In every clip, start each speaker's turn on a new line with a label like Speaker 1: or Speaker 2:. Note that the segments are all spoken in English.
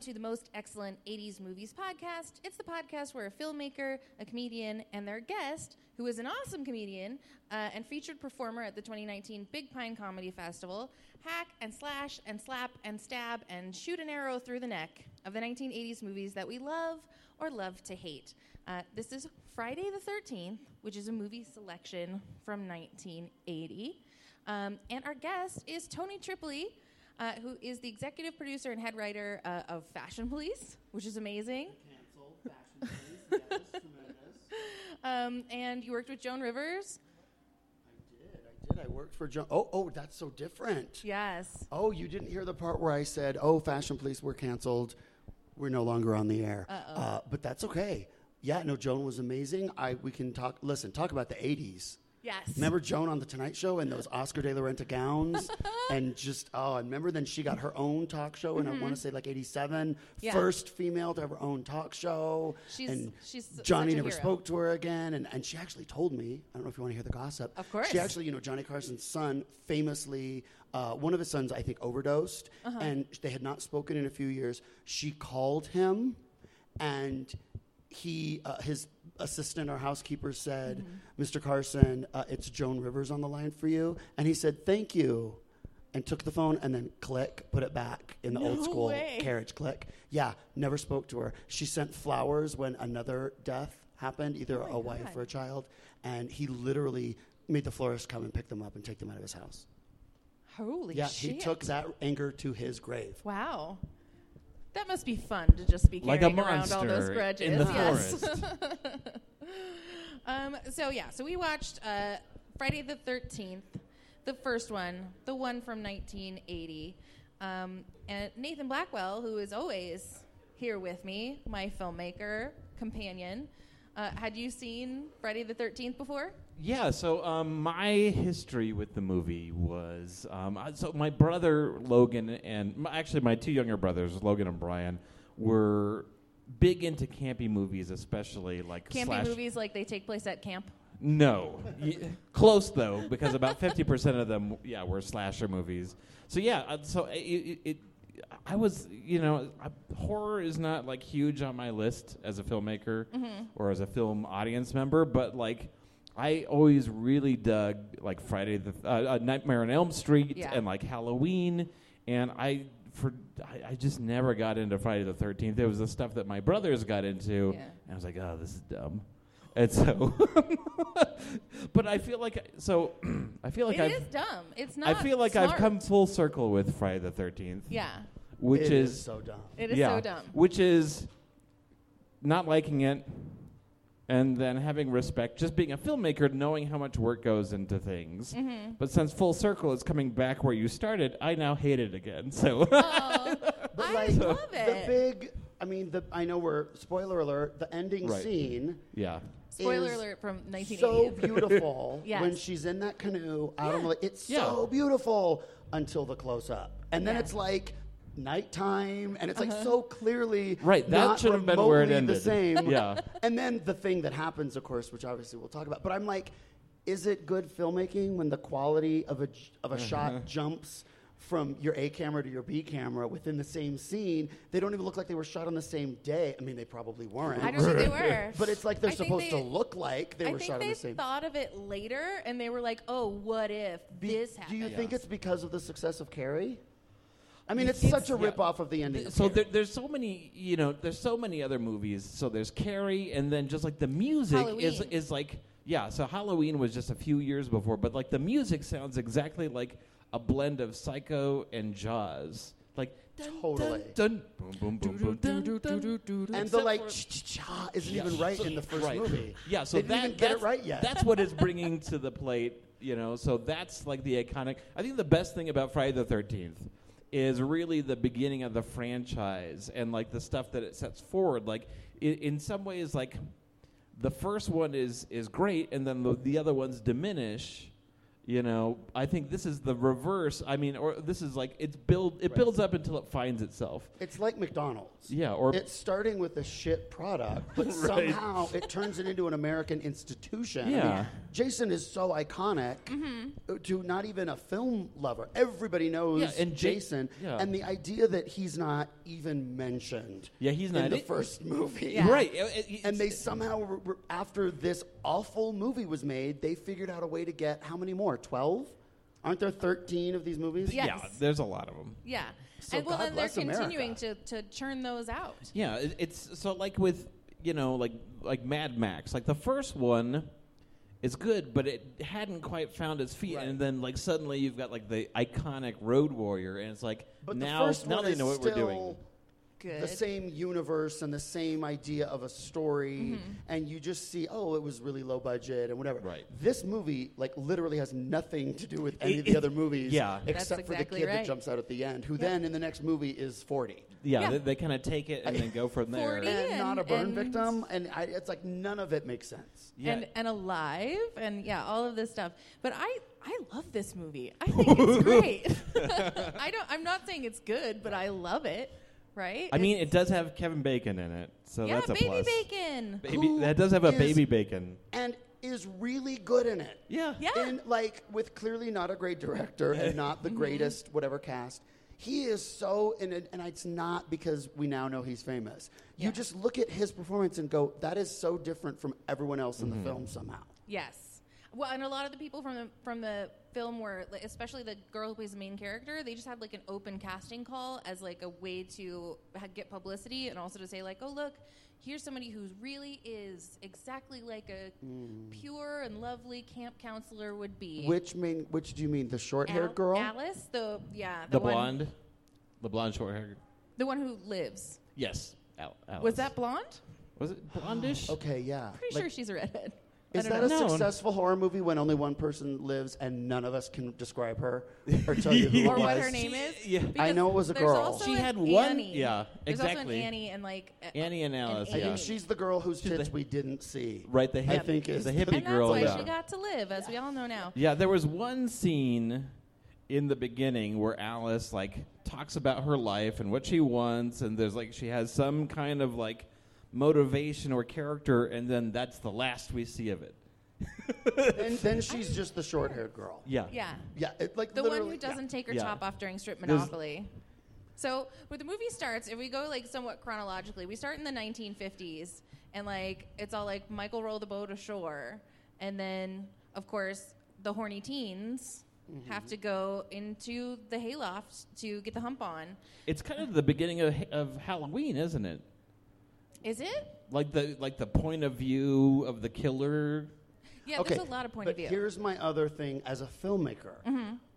Speaker 1: to the Most Excellent 80s Movies podcast. It's the podcast where a filmmaker, a comedian, and their guest, who is an awesome comedian uh, and featured performer at the 2019 Big Pine Comedy Festival, hack and slash and slap and stab and shoot an arrow through the neck of the 1980s movies that we love or love to hate. Uh, this is Friday the 13th, which is a movie selection from 1980. Um, and our guest is Tony Tripoli, uh, who is the executive producer and head writer uh, of Fashion Police, which is amazing.
Speaker 2: Cancel fashion police. That was tremendous.
Speaker 1: Um, and you worked with Joan Rivers.
Speaker 2: I did. I did. I worked for John. Oh, oh, that's so different.
Speaker 1: Yes.
Speaker 2: Oh, you didn't hear the part where I said, "Oh, fashion police were canceled. We're no longer on the air."
Speaker 1: Uh-oh.
Speaker 2: Uh, but that's okay. Yeah, no, Joan was amazing. I we can talk. Listen, talk about the '80s.
Speaker 1: Yes.
Speaker 2: Remember Joan on the Tonight Show and those Oscar de la Renta gowns, and just oh, and remember then she got her own talk show, and I want to say like '87,
Speaker 1: Mm-hmm. Yeah.
Speaker 2: first female to have her own talk show.
Speaker 1: She's-
Speaker 2: and
Speaker 1: she's s-
Speaker 2: Johnny
Speaker 1: such a
Speaker 2: never
Speaker 1: hero.
Speaker 2: spoke to her again, and, and she actually told me. I don't know if you want to hear the gossip.
Speaker 1: Of course.
Speaker 2: she actually, you know, Johnny Carson's son famously, uh, one of his sons, I think, overdosed,
Speaker 1: Uh-huh.
Speaker 2: and they had not spoken in a few years. She called him, and he, uh, his assistant or housekeeper said,
Speaker 1: Mm-hmm.
Speaker 2: "Mr. Carson, uh, it's Joan Rivers on the line for you," and he said, "Thank you." And took the phone and then click, put it back in the old school
Speaker 1: way.
Speaker 2: carriage click. Yeah, never spoke to her. She sent flowers when another death happened, either
Speaker 1: Oh
Speaker 2: a wife or a child, and he literally made the florist come and pick them up and take them out of his house.
Speaker 1: Holy
Speaker 2: yeah,
Speaker 1: shit.
Speaker 2: he took that anger to his grave.
Speaker 1: Wow. That must be fun to just be
Speaker 3: Like
Speaker 1: carrying
Speaker 3: a
Speaker 1: around all those
Speaker 3: monster
Speaker 1: grudges.
Speaker 3: in the
Speaker 1: yes.
Speaker 3: forest.
Speaker 1: Um, so yeah, so we watched uh, Friday the Thirteenth, the first one, the one from 1980, um, and Nathan Blackwell, who is always here with me, my filmmaker companion. Uh, had you seen Friday the Thirteenth before?
Speaker 3: Yeah, so um, my history with the movie was um, I- so my brother Logan and m- actually my two younger brothers Logan and Brian were big into campy movies, especially like
Speaker 1: Campy
Speaker 3: slash-
Speaker 1: movies like they take place at camp.
Speaker 3: No, Y- close though, because about fifty percent of them, yeah, were slasher movies. So yeah, uh, so it, it, it I was, you know, I, horror is not like huge on my list as a filmmaker or as a film audience member, but like. I always really dug like Friday the uh, uh, Nightmare on Elm Street
Speaker 1: Yeah.
Speaker 3: and like Halloween, and I for I, I just never got into Friday the Thirteenth. It was the stuff that my brothers got into,
Speaker 1: Yeah.
Speaker 3: and I was like, oh, this is dumb. And so, but I feel like so. I feel like
Speaker 1: It is
Speaker 3: I've
Speaker 1: dumb. It's not.
Speaker 3: I feel like I've
Speaker 1: smart.
Speaker 3: come full circle with Friday the Thirteenth,
Speaker 1: Yeah,
Speaker 3: which
Speaker 2: It
Speaker 3: is,
Speaker 2: so dumb.
Speaker 1: it is
Speaker 3: yeah,
Speaker 1: so dumb.
Speaker 3: which is not liking it, and then having respect, just being a filmmaker, knowing how much work goes into things.
Speaker 1: Mm-hmm.
Speaker 3: But since full circle is coming back where you started, I now hate it again. So
Speaker 1: Oh, I love
Speaker 2: the
Speaker 1: it.
Speaker 2: big, I mean, the I know we're spoiler alert. The ending
Speaker 3: Right.
Speaker 2: scene.
Speaker 3: yeah,
Speaker 1: Spoiler
Speaker 2: is
Speaker 1: alert from 1980.
Speaker 2: So beautiful
Speaker 1: Yes.
Speaker 2: when she's in that canoe out on the lake. It's
Speaker 3: Yeah.
Speaker 2: so beautiful until the close up, and then
Speaker 1: Yeah. Uh-huh.
Speaker 2: it's like nighttime, and it's like so clearly
Speaker 3: Right, that
Speaker 2: not
Speaker 3: should have been where it
Speaker 2: remotely The
Speaker 3: ended.
Speaker 2: same,
Speaker 3: Yeah.
Speaker 2: And then the thing that happens, of course, which obviously we'll talk about. But I'm like, is it good filmmaking when the quality of a j- of a
Speaker 3: Uh-huh.
Speaker 2: shot jumps? From your A camera to your B camera within the same scene, they don't even look like they were shot on the same day. I mean, they probably weren't.
Speaker 1: I don't think they were.
Speaker 2: But it's like they're
Speaker 1: I think
Speaker 2: supposed to
Speaker 1: they-
Speaker 2: look like they
Speaker 1: I
Speaker 2: were
Speaker 1: think
Speaker 2: shot
Speaker 1: they
Speaker 2: on the same.
Speaker 1: thought of it later, and they were like, "Oh, what if
Speaker 2: Be-
Speaker 1: this happened?"
Speaker 2: Do you think it's because of the success of Carrie? I mean,
Speaker 3: Y-
Speaker 2: it's, such a
Speaker 3: yeah.
Speaker 2: rip off of the ending. of
Speaker 3: so
Speaker 2: Carrie.
Speaker 3: there, there's so many you know there's so many other movies so there's carrie and then just like the music is
Speaker 1: Halloween.
Speaker 3: is like yeah so halloween was just a few years before but like the music sounds exactly like a blend of psycho and jaws like dun, dun,
Speaker 2: Totally.
Speaker 3: dun, boom, boom, boom, boom, dun, dun,
Speaker 2: and the
Speaker 3: except
Speaker 2: like
Speaker 3: for-
Speaker 2: cha isn't
Speaker 3: Yeah.
Speaker 2: even right
Speaker 3: So-
Speaker 2: in the first
Speaker 3: right.
Speaker 2: movie.
Speaker 3: yeah so
Speaker 2: they didn't
Speaker 3: that,
Speaker 2: even get it
Speaker 3: that's-
Speaker 2: right yet.
Speaker 3: that's what it's bringing to the plate you know so that's like the iconic i think the best thing about friday the 13th is really the beginning of the franchise and like the stuff that it sets forward like i in some ways like the first one is is great and then the, the other ones diminish You know, I think this is the reverse. I mean, or this is like it's build it builds up until it finds itself.
Speaker 2: It's like McDonald's.
Speaker 3: Yeah, or
Speaker 2: it's starting with a shit product, but
Speaker 3: Right.
Speaker 2: somehow it turns it into an American institution. I mean,
Speaker 3: Yeah.
Speaker 2: Jason is so iconic
Speaker 1: Mm-hmm.
Speaker 2: to not even a film lover. Everybody knows
Speaker 3: Yeah, and Ja-
Speaker 2: Jason,
Speaker 3: yeah.
Speaker 2: and the idea that he's not even mentioned.
Speaker 3: Yeah, he's
Speaker 2: in
Speaker 3: not-
Speaker 2: the
Speaker 3: it-
Speaker 2: first movie.
Speaker 1: Yeah.
Speaker 3: right. uh, it- it's-
Speaker 2: And they somehow, re- re- after this awful movie was made, they figured out a way to get how many more? Twelve? Aren't there thirteen of these movies?
Speaker 1: Yeah.
Speaker 3: yeah,
Speaker 1: Yes.
Speaker 3: there's a lot of them.
Speaker 1: Yeah.
Speaker 2: So
Speaker 1: and well,
Speaker 2: God
Speaker 1: and they're
Speaker 2: bless America.
Speaker 1: continuing to, to churn those out.
Speaker 3: Yeah, it, it's so like with you know like like Mad Max, like the first one is good, but it hadn't quite found its feet,
Speaker 2: Right.
Speaker 3: and then like suddenly you've got like the iconic Road Warrior, and it's like
Speaker 2: But
Speaker 3: now
Speaker 2: the first
Speaker 3: now
Speaker 2: one
Speaker 3: they
Speaker 2: is
Speaker 3: know what
Speaker 2: still
Speaker 3: we're doing.
Speaker 1: Good.
Speaker 2: the same universe and the same idea of a story,
Speaker 1: Mm-hmm.
Speaker 2: and you just see, oh, it was really low budget and whatever.
Speaker 3: Right.
Speaker 2: This movie, like, literally has nothing to do with any of
Speaker 3: It-
Speaker 2: the other movies,
Speaker 3: yeah. That's
Speaker 2: except for
Speaker 1: exactly
Speaker 2: the kid
Speaker 1: right.
Speaker 2: that jumps out at the end, who then in the next movie is forty.
Speaker 3: Yeah,
Speaker 1: Yeah.
Speaker 3: they, they kind of take it and then go from there.
Speaker 1: 40.
Speaker 2: And not a burn
Speaker 1: and-
Speaker 2: victim, and I, it's like none of it makes sense.
Speaker 3: Yeah.
Speaker 1: and and alive and yeah, all of this stuff. But I I love this movie. I think it's great. I don't. I'm not saying it's good, but I love it. Right.
Speaker 3: I mean, it does have Kevin Bacon in it, so
Speaker 1: yeah,
Speaker 3: that's a
Speaker 1: baby
Speaker 3: plus.
Speaker 1: bacon.
Speaker 3: Baby,
Speaker 2: Who
Speaker 3: that does have a
Speaker 2: is-
Speaker 3: baby bacon.
Speaker 2: And is really good in it.
Speaker 3: Yeah.
Speaker 1: Yeah. Mm-hmm.
Speaker 2: in like with clearly not a great director and not the greatest whatever cast. He is so in it, and it's not because we now know he's famous.
Speaker 1: Yeah.
Speaker 2: You just look at his performance and go, that is so different from everyone else in
Speaker 1: Mm-hmm.
Speaker 2: the film somehow.
Speaker 1: Yes. Well, and a lot of the people from the from the film were, like, especially the girl who plays the main character, they just had like an open casting call as like a way to ha- get publicity and also to say like, oh look, here's somebody who really is exactly like a
Speaker 2: Hmm.
Speaker 1: pure and lovely camp counselor would be.
Speaker 2: Which main? Which do you mean? The
Speaker 1: Al-
Speaker 2: short-haired girl?
Speaker 1: Alice, the yeah, the,
Speaker 3: The
Speaker 1: one,
Speaker 3: blonde, the blonde short hair.
Speaker 1: the one who lives.
Speaker 3: Yes. Al- Alice.
Speaker 1: Was that blonde?
Speaker 3: was it blondish?
Speaker 2: Okay, yeah.
Speaker 1: Pretty
Speaker 2: Like,
Speaker 1: sure she's a redhead. I
Speaker 2: Is
Speaker 1: don't
Speaker 2: that
Speaker 1: know.
Speaker 2: a
Speaker 3: No.
Speaker 2: successful horror movie when only one person lives and none of us can describe her or tell you who it
Speaker 1: or what
Speaker 2: was?
Speaker 1: her name is?
Speaker 3: Yeah. I
Speaker 1: Because
Speaker 2: know it was a
Speaker 1: there's
Speaker 2: girl.
Speaker 1: also
Speaker 3: She
Speaker 1: an
Speaker 3: had one-
Speaker 1: Annie.
Speaker 3: yeah,
Speaker 1: There's also an
Speaker 3: exactly.
Speaker 1: Annie and like a-
Speaker 3: Annie and Alice,
Speaker 2: I
Speaker 1: Annie.
Speaker 3: yeah.
Speaker 2: think she's the girl whose
Speaker 3: She's the-
Speaker 2: tits we didn't see.
Speaker 3: Right, the hip,
Speaker 2: I think is
Speaker 3: the
Speaker 2: the-
Speaker 3: hippie
Speaker 1: and that's
Speaker 3: girl.
Speaker 1: why
Speaker 3: yeah.
Speaker 1: she got to live, as we all know now.
Speaker 3: Yeah, there was one scene in the beginning where Alice like talks about her life and what she wants, and there's like she has some kind of like motivation or character, and then that's the last we see of it.
Speaker 2: And then she's just the short-haired girl.
Speaker 3: Yeah.
Speaker 1: Yeah,
Speaker 2: Yeah, it, like
Speaker 1: the one
Speaker 2: literally-
Speaker 1: who doesn't take her
Speaker 3: Yeah.
Speaker 1: top off during Strip
Speaker 3: There's-
Speaker 1: Monopoly. So when the movie starts, if we go like somewhat chronologically, we start in the 1950s, and like it's all like Michael roll the boat ashore, and then of course the horny teens have to go into the hayloft to get the hump on.
Speaker 3: It's kind of the beginning of, of Halloween, isn't it?
Speaker 1: Is it?
Speaker 3: Like the like the point of view of the killer.
Speaker 1: Yeah, there's a lot of point
Speaker 2: but
Speaker 1: of view. Mm-hmm.
Speaker 2: Here's my other thing as a filmmaker.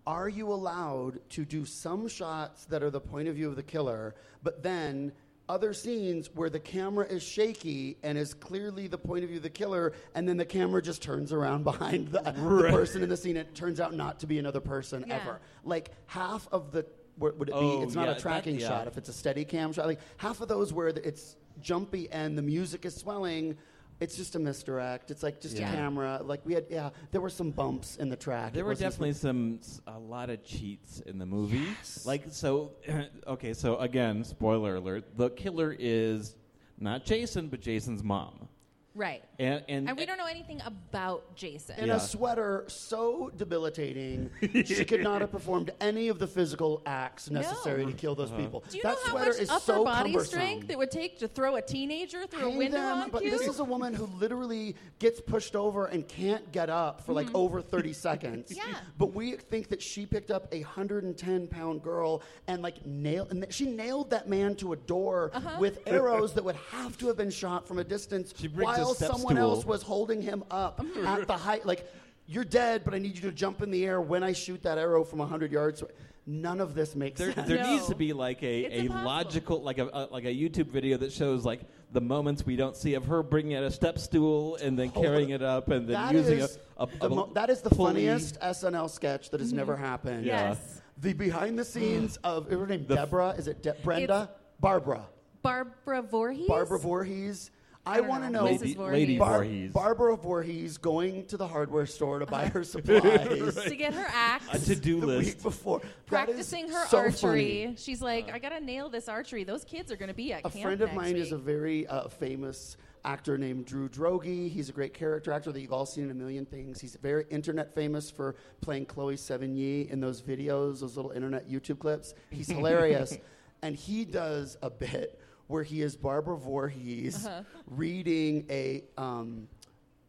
Speaker 2: Are you allowed to do some shots that are the point of view of the killer, but then other scenes where the camera is shaky and is clearly the point of view of the killer, and then the camera just turns around behind the, the person in the scene. and It turns out not to be another person
Speaker 1: Yeah.
Speaker 2: ever. Like half of the what would it
Speaker 3: Oh,
Speaker 2: be? It's not
Speaker 3: yeah,
Speaker 2: a
Speaker 3: that-
Speaker 2: tracking
Speaker 3: yeah.
Speaker 2: shot. If it's a steady cam shot, like half of those where it's jumpy and the music is swelling. It's just a misdirect. It's like just
Speaker 3: Yeah.
Speaker 2: a camera. Like we had, yeah, there were some bumps in the track.
Speaker 3: There
Speaker 2: It
Speaker 3: were
Speaker 2: wasn't-
Speaker 3: definitely some s- a lot of cheats in the movie. Like so okay, so again, spoiler alert, the killer is not Jason, but Jason's mom.
Speaker 1: right.
Speaker 3: And and,
Speaker 1: And we don't know anything about Jason.
Speaker 2: in
Speaker 3: Yeah.
Speaker 2: a sweater so debilitating, she could not have performed any of the physical acts necessary to kill
Speaker 3: Uh-huh.
Speaker 2: those people.
Speaker 1: Do you
Speaker 2: that
Speaker 1: know how
Speaker 2: sweater
Speaker 1: much
Speaker 2: is
Speaker 1: upper
Speaker 2: so
Speaker 1: body
Speaker 2: cumbersome.
Speaker 1: strength it would take to throw a teenager through a
Speaker 2: Pay
Speaker 1: window
Speaker 2: them,
Speaker 1: on
Speaker 2: but
Speaker 1: cue?
Speaker 2: this is a woman who literally gets pushed over and can't get up for like over 30 seconds.
Speaker 1: Mm-hmm. Yeah.
Speaker 2: But we think that she picked up a 110 pound girl and like nailed, and she nailed that man to a door
Speaker 1: Uh-huh.
Speaker 2: with arrows that would have to have been shot from a distance
Speaker 3: She brings a
Speaker 2: while
Speaker 3: step
Speaker 2: someone
Speaker 3: stool.
Speaker 2: else was holding him up
Speaker 1: Mm-hmm.
Speaker 2: at the height. Like, you're dead, but I need you to jump in the air when I shoot that arrow from 100 yards. away." None of this makes
Speaker 3: there,
Speaker 2: sense.
Speaker 3: there
Speaker 1: No.
Speaker 3: needs to be like
Speaker 1: It's
Speaker 3: a, a
Speaker 1: impossible.
Speaker 3: logical like a, a like a YouTube video that shows like the moments we don't see of her bringing out a step stool and then carrying it up and then
Speaker 2: That
Speaker 3: using
Speaker 2: is
Speaker 3: a, a,
Speaker 2: the
Speaker 3: a
Speaker 2: mo- that is the
Speaker 3: pulley.
Speaker 2: funniest SNL sketch that has never happened.
Speaker 3: Yeah.
Speaker 1: Mm-hmm. Yes.
Speaker 2: The behind the scenes of her name
Speaker 3: The f-
Speaker 2: Deborah. Is it De- Brenda? Barbara.
Speaker 1: Barbara Voorhees?
Speaker 2: Barbara Voorhees. I want to know
Speaker 1: Mrs.
Speaker 3: Lady,
Speaker 1: Voorhees.
Speaker 3: Lady
Speaker 2: Bar-
Speaker 3: Voorhees.
Speaker 2: Barbara Voorhees going to the hardware store to buy
Speaker 1: Uh-huh.
Speaker 2: her supplies
Speaker 1: to get her
Speaker 3: a
Speaker 1: axe.
Speaker 3: to-do
Speaker 2: the
Speaker 3: list.
Speaker 2: week before. That is
Speaker 1: Practicing her
Speaker 2: so
Speaker 1: archery.
Speaker 2: funny. Uh.
Speaker 1: She's like, I gotta nail this archery. Those kids are gonna be at
Speaker 2: A
Speaker 1: camp
Speaker 2: friend of
Speaker 1: next
Speaker 2: mine is a
Speaker 1: week."
Speaker 2: very uh, famous actor named Drew Drogi. He's a great character actor that you've all seen in a million things. He's very internet famous for playing Chloe Sevigny in those videos, those little internet YouTube clips. He's hilarious. and he does a bit where he is Barbara Voorhees
Speaker 1: Uh-huh.
Speaker 2: reading a. Um,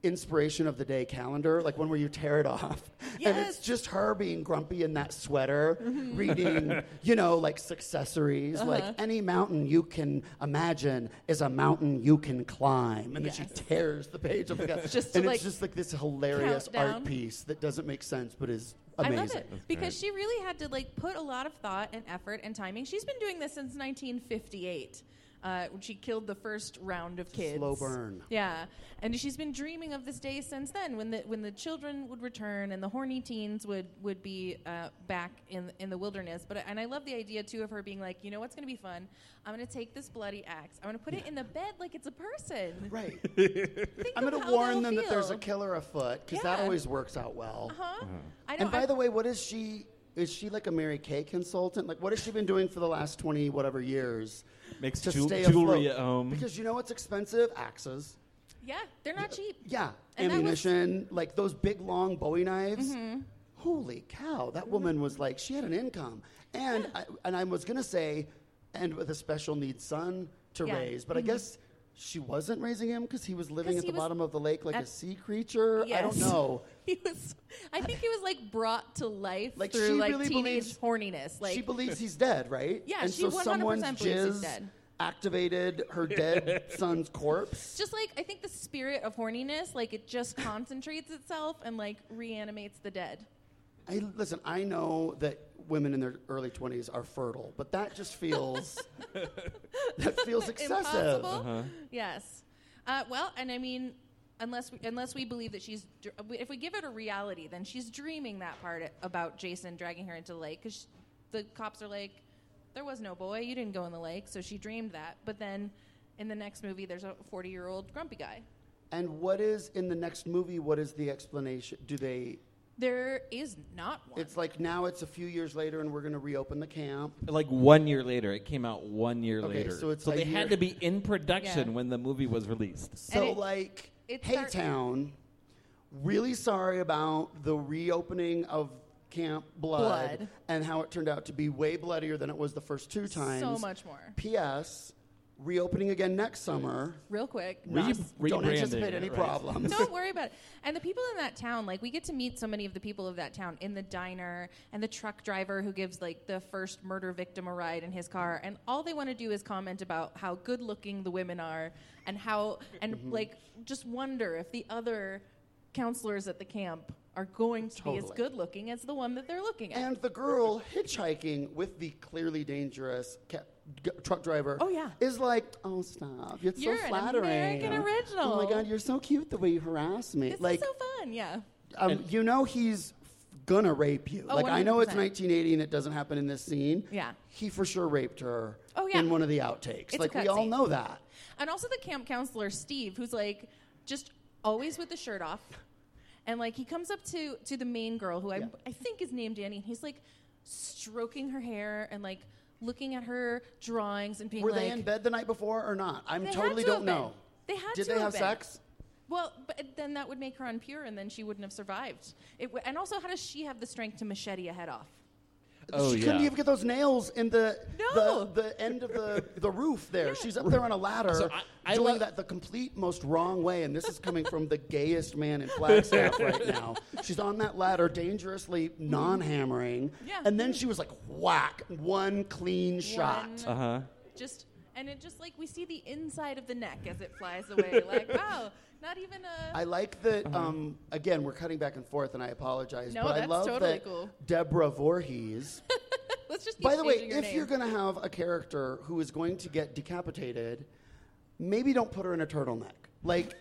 Speaker 2: Inspiration of the day calendar, like one where you tear it off, and it's
Speaker 1: Yes.
Speaker 2: just her being grumpy in that sweater,
Speaker 1: Mm-hmm.
Speaker 2: reading, you know, like successories,
Speaker 1: Uh-huh.
Speaker 2: like any mountain you can imagine is a mountain you can climb. And then
Speaker 1: Yes.
Speaker 2: she tears the page of the guy.
Speaker 1: Just to,
Speaker 2: and
Speaker 1: like,
Speaker 2: it's just like this hilarious
Speaker 1: count down.
Speaker 2: art piece that doesn't make sense but is amazing.
Speaker 1: I love it because she
Speaker 3: great.
Speaker 1: really had to like put a lot of thought and effort and timing. She's been doing this since 1958. Uh, when she killed the first round of kids.
Speaker 2: Slow burn.
Speaker 1: Yeah, and she's been dreaming of this day since then. When the when the children would return and the horny teens would would be uh, back in in the wilderness. But and I love the idea too of her being like, you know what's going to be fun? I'm going to take this bloody axe. I'm going to put it in the bed like it's a person.
Speaker 2: Right.
Speaker 1: Think
Speaker 2: I'm
Speaker 1: of
Speaker 2: going
Speaker 1: how
Speaker 2: to warn
Speaker 1: they'll
Speaker 2: them that there's a
Speaker 1: feel.
Speaker 2: killer afoot because that
Speaker 1: Yeah.
Speaker 2: always works out well.
Speaker 1: Huh? I know.
Speaker 2: And by
Speaker 1: I-
Speaker 2: the way, what is she? Is she like a Mary Kay consultant? Like, what has she been doing for the last 20 whatever years?
Speaker 3: Makes
Speaker 2: to
Speaker 3: jewel-
Speaker 2: stay afloat?
Speaker 3: jewelry at home.
Speaker 2: Because you know what's expensive? Axes.
Speaker 1: yeah, they're not cheap.
Speaker 2: Yeah,
Speaker 1: And that was- Mm-hmm.
Speaker 2: ammunition, like those big long Bowie knives. Holy cow! That woman was like she had an income, and I, and I was gonna say, and with a special needs son to
Speaker 1: Yeah.
Speaker 2: raise, but I guess she wasn't raising him because he was living
Speaker 1: 'Cause
Speaker 2: at
Speaker 1: he
Speaker 2: the
Speaker 1: was-
Speaker 2: bottom of the lake like a
Speaker 1: at-
Speaker 2: sea creature. I don't
Speaker 1: Yes.
Speaker 2: know.
Speaker 1: He was. I think he was like brought to life
Speaker 2: Like,
Speaker 1: through
Speaker 2: she
Speaker 1: like
Speaker 2: really
Speaker 1: teenage
Speaker 2: believes-
Speaker 1: horniness. Like
Speaker 2: she believes he's dead, right?
Speaker 1: Yeah,
Speaker 2: and
Speaker 1: she
Speaker 2: so
Speaker 1: 100%
Speaker 2: someone's
Speaker 1: believes he's
Speaker 2: jizz
Speaker 1: dead.
Speaker 2: activated her dead son's corpse.
Speaker 1: just like I think the spirit of horniness, like it just concentrates itself and like reanimates the dead.
Speaker 2: I listen. I know that women in their early twenties are fertile, but that just feels that feels excessive.
Speaker 1: Impossible. Yes. Uh, well, and I mean, unless we, unless we believe that she's, dr- if we give it a reality, then she's dreaming that part about Jason dragging her into the lake because the cops are like, there was no boy, you didn't go in the lake, so she dreamed that. But then, in the next movie, there's a 40 year old grumpy guy.
Speaker 2: And what is in the next movie? What is the explanation? Do they?
Speaker 1: There is not one.
Speaker 2: It's like now it's a few years later, and we're going to reopen the camp.
Speaker 3: like one year later. It came out one year
Speaker 2: Okay,
Speaker 3: later.
Speaker 2: so it's a
Speaker 3: they
Speaker 2: year-
Speaker 3: had to be in production
Speaker 1: Yeah.
Speaker 3: when the movie was released.
Speaker 2: So
Speaker 1: it-
Speaker 2: like,
Speaker 1: it
Speaker 2: hey
Speaker 1: start-
Speaker 2: town, really sorry about the reopening of Camp Blood,
Speaker 1: Blood.
Speaker 2: and how it turned out to be way bloodier than it was the first two times.
Speaker 1: so much more.
Speaker 2: P.S. Reopening again next summer.
Speaker 1: Real quick.
Speaker 2: Not-
Speaker 3: Re-
Speaker 2: don't
Speaker 3: rebranding
Speaker 2: anticipate
Speaker 3: it,
Speaker 2: any
Speaker 3: right?
Speaker 2: problems.
Speaker 1: Don't worry about it. And the people in that town, like we get to meet so many of the people of that town in the diner and the truck driver who gives like the first murder victim a ride in his car, and all they want to do is comment about how good looking the women are and how and
Speaker 2: Mm-hmm.
Speaker 1: like just wonder if the other counselors at the camp are going to be as
Speaker 2: Totally.
Speaker 1: good looking as the one that they're looking at.
Speaker 2: And the girl hitchhiking with the clearly dangerous ca- g- truck driver.
Speaker 1: Oh, yeah.
Speaker 2: is like, oh stop, it's
Speaker 1: You're
Speaker 2: so
Speaker 1: an
Speaker 2: flattering.
Speaker 1: American original.
Speaker 2: Oh my god, you're so cute the way you harass me.
Speaker 1: this
Speaker 2: like,
Speaker 1: is so fun, yeah.
Speaker 2: um, you know he's f- gonna rape you.
Speaker 1: Oh,
Speaker 2: like I know it's
Speaker 1: 100%.
Speaker 2: 1980 and it doesn't happen in this scene.
Speaker 1: Yeah.
Speaker 2: he for sure raped her.
Speaker 1: Oh, yeah.
Speaker 2: in one of the outtakes.
Speaker 1: It's a
Speaker 2: like we
Speaker 1: cut
Speaker 2: all
Speaker 1: scene.
Speaker 2: know that.
Speaker 1: And also the camp counselor Steve, who's like just always with the shirt off, and like he comes up to to the main girl who I
Speaker 2: Yeah.
Speaker 1: I think is named Danny, and he's like stroking her hair and like looking at her drawings and being
Speaker 2: Were
Speaker 1: like,
Speaker 2: they in bed the night before or not? I'm
Speaker 1: They had
Speaker 2: totally
Speaker 1: to
Speaker 2: don't
Speaker 1: have been.
Speaker 2: know.
Speaker 1: They had
Speaker 2: Did
Speaker 1: to
Speaker 2: they
Speaker 1: have
Speaker 2: have
Speaker 1: been.
Speaker 2: sex?
Speaker 1: Well, but then that would make her unpure, and then she wouldn't have survived. It w- and also, how does she have the strength to machete a head off?
Speaker 3: Oh,
Speaker 2: she couldn't
Speaker 3: yeah.
Speaker 2: even get those nails in the
Speaker 1: No.
Speaker 2: the, the end of the, the roof there. She's up there on a ladder
Speaker 3: So I- I
Speaker 2: doing
Speaker 3: love-
Speaker 2: that the complete most wrong way, and this is coming from the gayest man in Flagstaff right now. She's on that ladder, dangerously non-hammering,
Speaker 1: Yeah.
Speaker 2: and then she was like whack, one clean shot.
Speaker 1: One
Speaker 3: Uh huh.
Speaker 1: just and it just like we see the inside of the neck as it flies away. like wow, not even a.
Speaker 2: I like that.
Speaker 3: Uh-huh.
Speaker 2: Um, again, we're cutting back and forth, and I apologize,
Speaker 1: No,
Speaker 2: but I
Speaker 1: that's
Speaker 2: love
Speaker 1: totally
Speaker 2: that
Speaker 1: cool.
Speaker 2: Deborah Voorhees.
Speaker 1: let's just keep
Speaker 2: By the way,
Speaker 1: changing your
Speaker 2: if
Speaker 1: name.
Speaker 2: you're going to have a character who is going to get decapitated, maybe don't put her in a turtleneck. Like,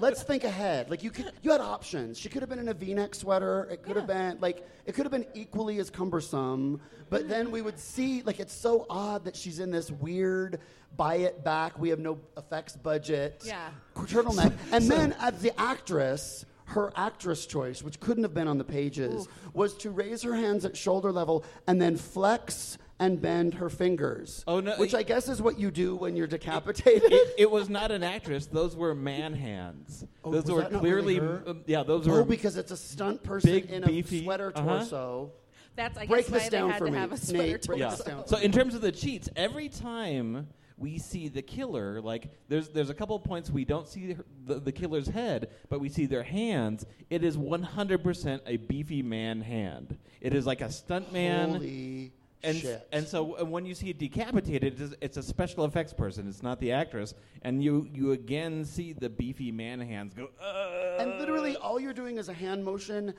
Speaker 2: let's think ahead. Like you could, you had options. She could have been in a V-neck sweater. It could have been like it could have been equally as cumbersome. But then we would see like it's so odd that she's in this weird buy it back. We have no effects budget.
Speaker 1: Yeah.
Speaker 2: Turtleneck, and then as the actress. Her actress choice, which couldn't have been on the pages, was to raise her hands at shoulder level and then flex and bend her fingers.
Speaker 3: Oh, no,
Speaker 2: Which
Speaker 3: y-
Speaker 2: I guess is what you do when you're decapitated.
Speaker 3: it, it was not an actress. Those were man hands.
Speaker 2: Oh,
Speaker 3: those
Speaker 2: was
Speaker 3: were
Speaker 2: that not
Speaker 3: clearly,
Speaker 2: really her?
Speaker 3: um, yeah, those
Speaker 2: Oh,
Speaker 3: were.
Speaker 2: because it's a stunt person
Speaker 3: big,
Speaker 2: in a
Speaker 3: beefy-
Speaker 2: sweater
Speaker 3: uh-huh.
Speaker 2: torso.
Speaker 1: That's I
Speaker 2: Break
Speaker 1: guess why
Speaker 2: this
Speaker 1: they
Speaker 2: down
Speaker 1: had
Speaker 2: for
Speaker 1: to
Speaker 2: me,
Speaker 1: have a sweater
Speaker 2: Nate, break
Speaker 3: yeah.
Speaker 1: torso.
Speaker 2: this down.
Speaker 3: So in terms of the cheats, every time we see the killer, like there's there's a couple of points we don't see her, the, the killer's head, but we see their hands. It is 100% a beefy man hand. It is like a stunt man.
Speaker 2: Holy
Speaker 3: and,
Speaker 2: shit.
Speaker 3: and so and when you see it decapitated, it's, it's a special effects person. It's not the actress, and you you again see the beefy man hands go. Uh,
Speaker 2: And literally, all you're doing is a hand motion,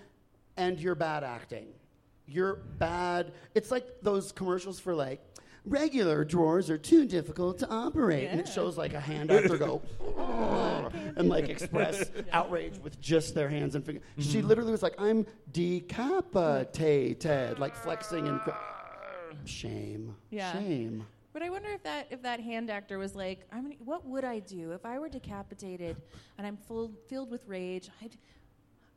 Speaker 2: and you're bad acting. You're bad. It's like those commercials for like regular drawers are too difficult to operate, and it
Speaker 1: Yeah.
Speaker 2: shows like a hand actor go and like express outrage with just their hands and fingers.
Speaker 3: Mm-hmm.
Speaker 2: She literally was like, "I'm decapitated," like flexing and cr- shame,
Speaker 1: Yeah.
Speaker 2: shame.
Speaker 1: But I wonder if that if that hand actor was like, I'm gonna, what would I do if I were decapitated and I'm full filled with rage? I'd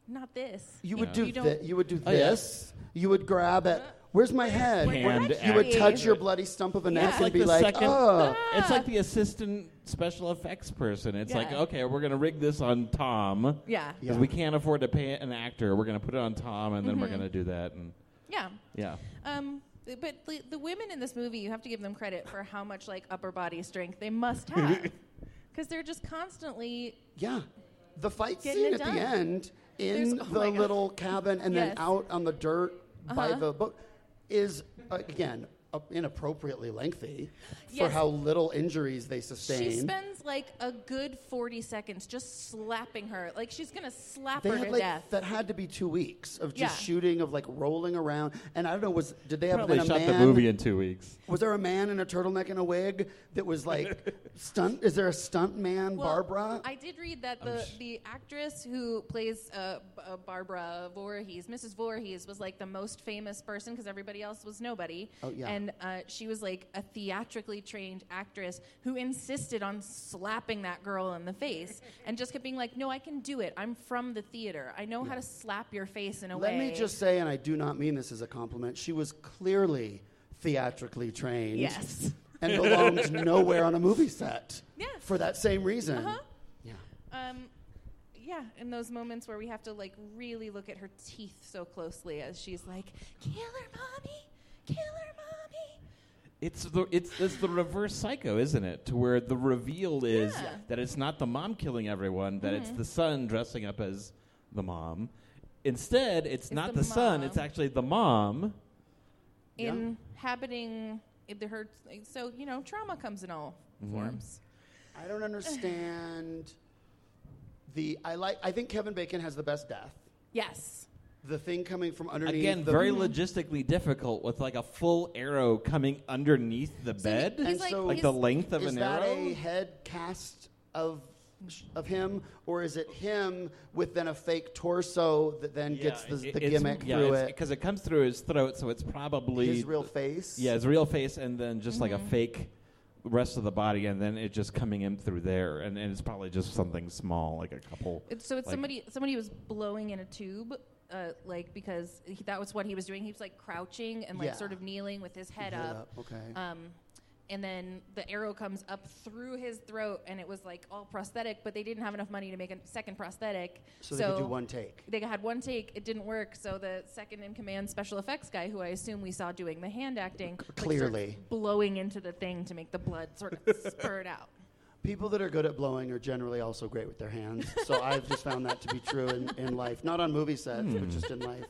Speaker 1: not this.
Speaker 2: You would do
Speaker 1: don't-
Speaker 2: thi- you would do
Speaker 3: Oh, yeah.
Speaker 2: this. You would grab at where's my head?
Speaker 1: Where's
Speaker 3: my
Speaker 2: you
Speaker 3: Hand
Speaker 2: would
Speaker 1: actor.
Speaker 2: touch your bloody stump of a neck
Speaker 1: Yeah.
Speaker 2: and
Speaker 1: It's
Speaker 3: like
Speaker 2: be
Speaker 3: the
Speaker 2: like,
Speaker 3: second-
Speaker 2: oh.
Speaker 3: It's like
Speaker 1: Ah.
Speaker 3: the assistant special effects person. It's like,
Speaker 1: Yeah.
Speaker 3: okay, we're gonna rig this on Tom
Speaker 1: Yeah.
Speaker 2: Yeah.
Speaker 3: because we can't afford to pay an actor. We're gonna put it on Tom, and then
Speaker 1: Mm-hmm.
Speaker 3: we're gonna do that. And
Speaker 1: Yeah.
Speaker 3: yeah,
Speaker 1: Um, but the, the women in this movie, you have to give them credit for how much like upper body strength they must have, because they're just constantly
Speaker 2: Yeah. The fight
Speaker 1: Getting
Speaker 2: scene
Speaker 1: it
Speaker 2: at
Speaker 1: done.
Speaker 2: the end in
Speaker 1: There's- oh
Speaker 2: the
Speaker 1: my God.
Speaker 2: little cabin and
Speaker 1: Yes. Uh-huh.
Speaker 2: then out on the dirt by the boat is, uh, again, uh, inappropriately lengthy for
Speaker 1: Yes.
Speaker 2: how little injuries they sustain.
Speaker 1: She spends like a good 40 seconds just slapping her. Like she's going to slap
Speaker 2: they
Speaker 1: her
Speaker 2: had
Speaker 1: to
Speaker 2: like
Speaker 1: death.
Speaker 2: that had to be two weeks of just
Speaker 1: Yeah.
Speaker 2: shooting of like rolling around and I don't know was did they have
Speaker 3: probably
Speaker 2: then a
Speaker 3: shot
Speaker 2: man
Speaker 3: the movie in two weeks.
Speaker 2: Was there a man in a turtleneck and a wig that was like stunt? Is there a stunt man,
Speaker 1: Well,
Speaker 2: Barbara?
Speaker 1: I did read that the, the actress who plays uh, B- uh, Barbara Voorhees, Mrs. Voorhees, was like the most famous person because everybody else was nobody.
Speaker 2: Oh, yeah.
Speaker 1: And uh, she was like a theatrically trained actress who insisted on slapping that girl in the face and just kept being like, no, I can do it. I'm from the theater. I know how to slap your face in a
Speaker 2: Let
Speaker 1: way.
Speaker 2: me just say, and I do not mean this as a compliment, she was clearly theatrically trained.
Speaker 1: Yes.
Speaker 2: And belonged nowhere on a movie set.
Speaker 1: Yeah.
Speaker 2: For that same reason. Yeah.
Speaker 1: Uh-huh. Um, yeah, in those moments where we have to like really look at her teeth so closely as she's like, "Kill her, mommy! Kill her, mommy!"
Speaker 3: It's the it's, it's the reverse psycho, isn't it? To where the reveal is
Speaker 1: Yeah. Mm-hmm.
Speaker 3: that it's not the mom killing everyone, that it's the son dressing up as the mom. Instead, it's,
Speaker 1: It's
Speaker 3: not
Speaker 1: the
Speaker 3: the, son;
Speaker 1: mom.
Speaker 3: it's actually the mom.
Speaker 2: Yeah.
Speaker 1: Inhabiting it- her, so you know, trauma comes in all
Speaker 3: Mm-hmm.
Speaker 1: forms.
Speaker 2: I don't understand the. I like. I think Kevin Bacon has the best death.
Speaker 1: Yes.
Speaker 2: The thing coming from underneath.
Speaker 3: Again,
Speaker 2: the,
Speaker 3: very logistically difficult with like a full arrow coming underneath the
Speaker 1: So he-
Speaker 3: bed.
Speaker 1: he's
Speaker 2: And
Speaker 1: like,
Speaker 2: so-
Speaker 3: like
Speaker 1: he's-
Speaker 3: the length of
Speaker 2: is
Speaker 3: an
Speaker 2: that
Speaker 3: arrow.
Speaker 2: a head cast of of him, or is it him with then a fake torso that then gets the, the gimmick through it?
Speaker 3: because it comes through his throat, so it's probably
Speaker 2: His real face.
Speaker 3: Yeah, his real face, and then just like
Speaker 1: Mm-hmm.
Speaker 3: a fake rest of the body, and then it just coming in through there, and, and it's probably just something small, like a couple.
Speaker 1: It's, so it's
Speaker 3: Like-
Speaker 1: somebody somebody was blowing in a tube, uh, like because he, that was what he was doing. He was like crouching and like
Speaker 2: Yeah.
Speaker 1: sort of kneeling with his head
Speaker 2: Head
Speaker 1: up.
Speaker 2: up, okay.
Speaker 1: Um, and then the arrow comes up through his throat, and it was like all prosthetic, but they didn't have enough money to make a second prosthetic.
Speaker 2: So, they could do one take.
Speaker 1: They had one take, it didn't work, so the second in command special effects guy, who I assume we saw doing the hand acting, like, sort of
Speaker 2: Clearly.
Speaker 1: blowing into the thing to make the blood sort of spurt out.
Speaker 2: People that are good at blowing are generally also great with their hands. So I've just found that to be true in, in life, not on movie sets, but just in life.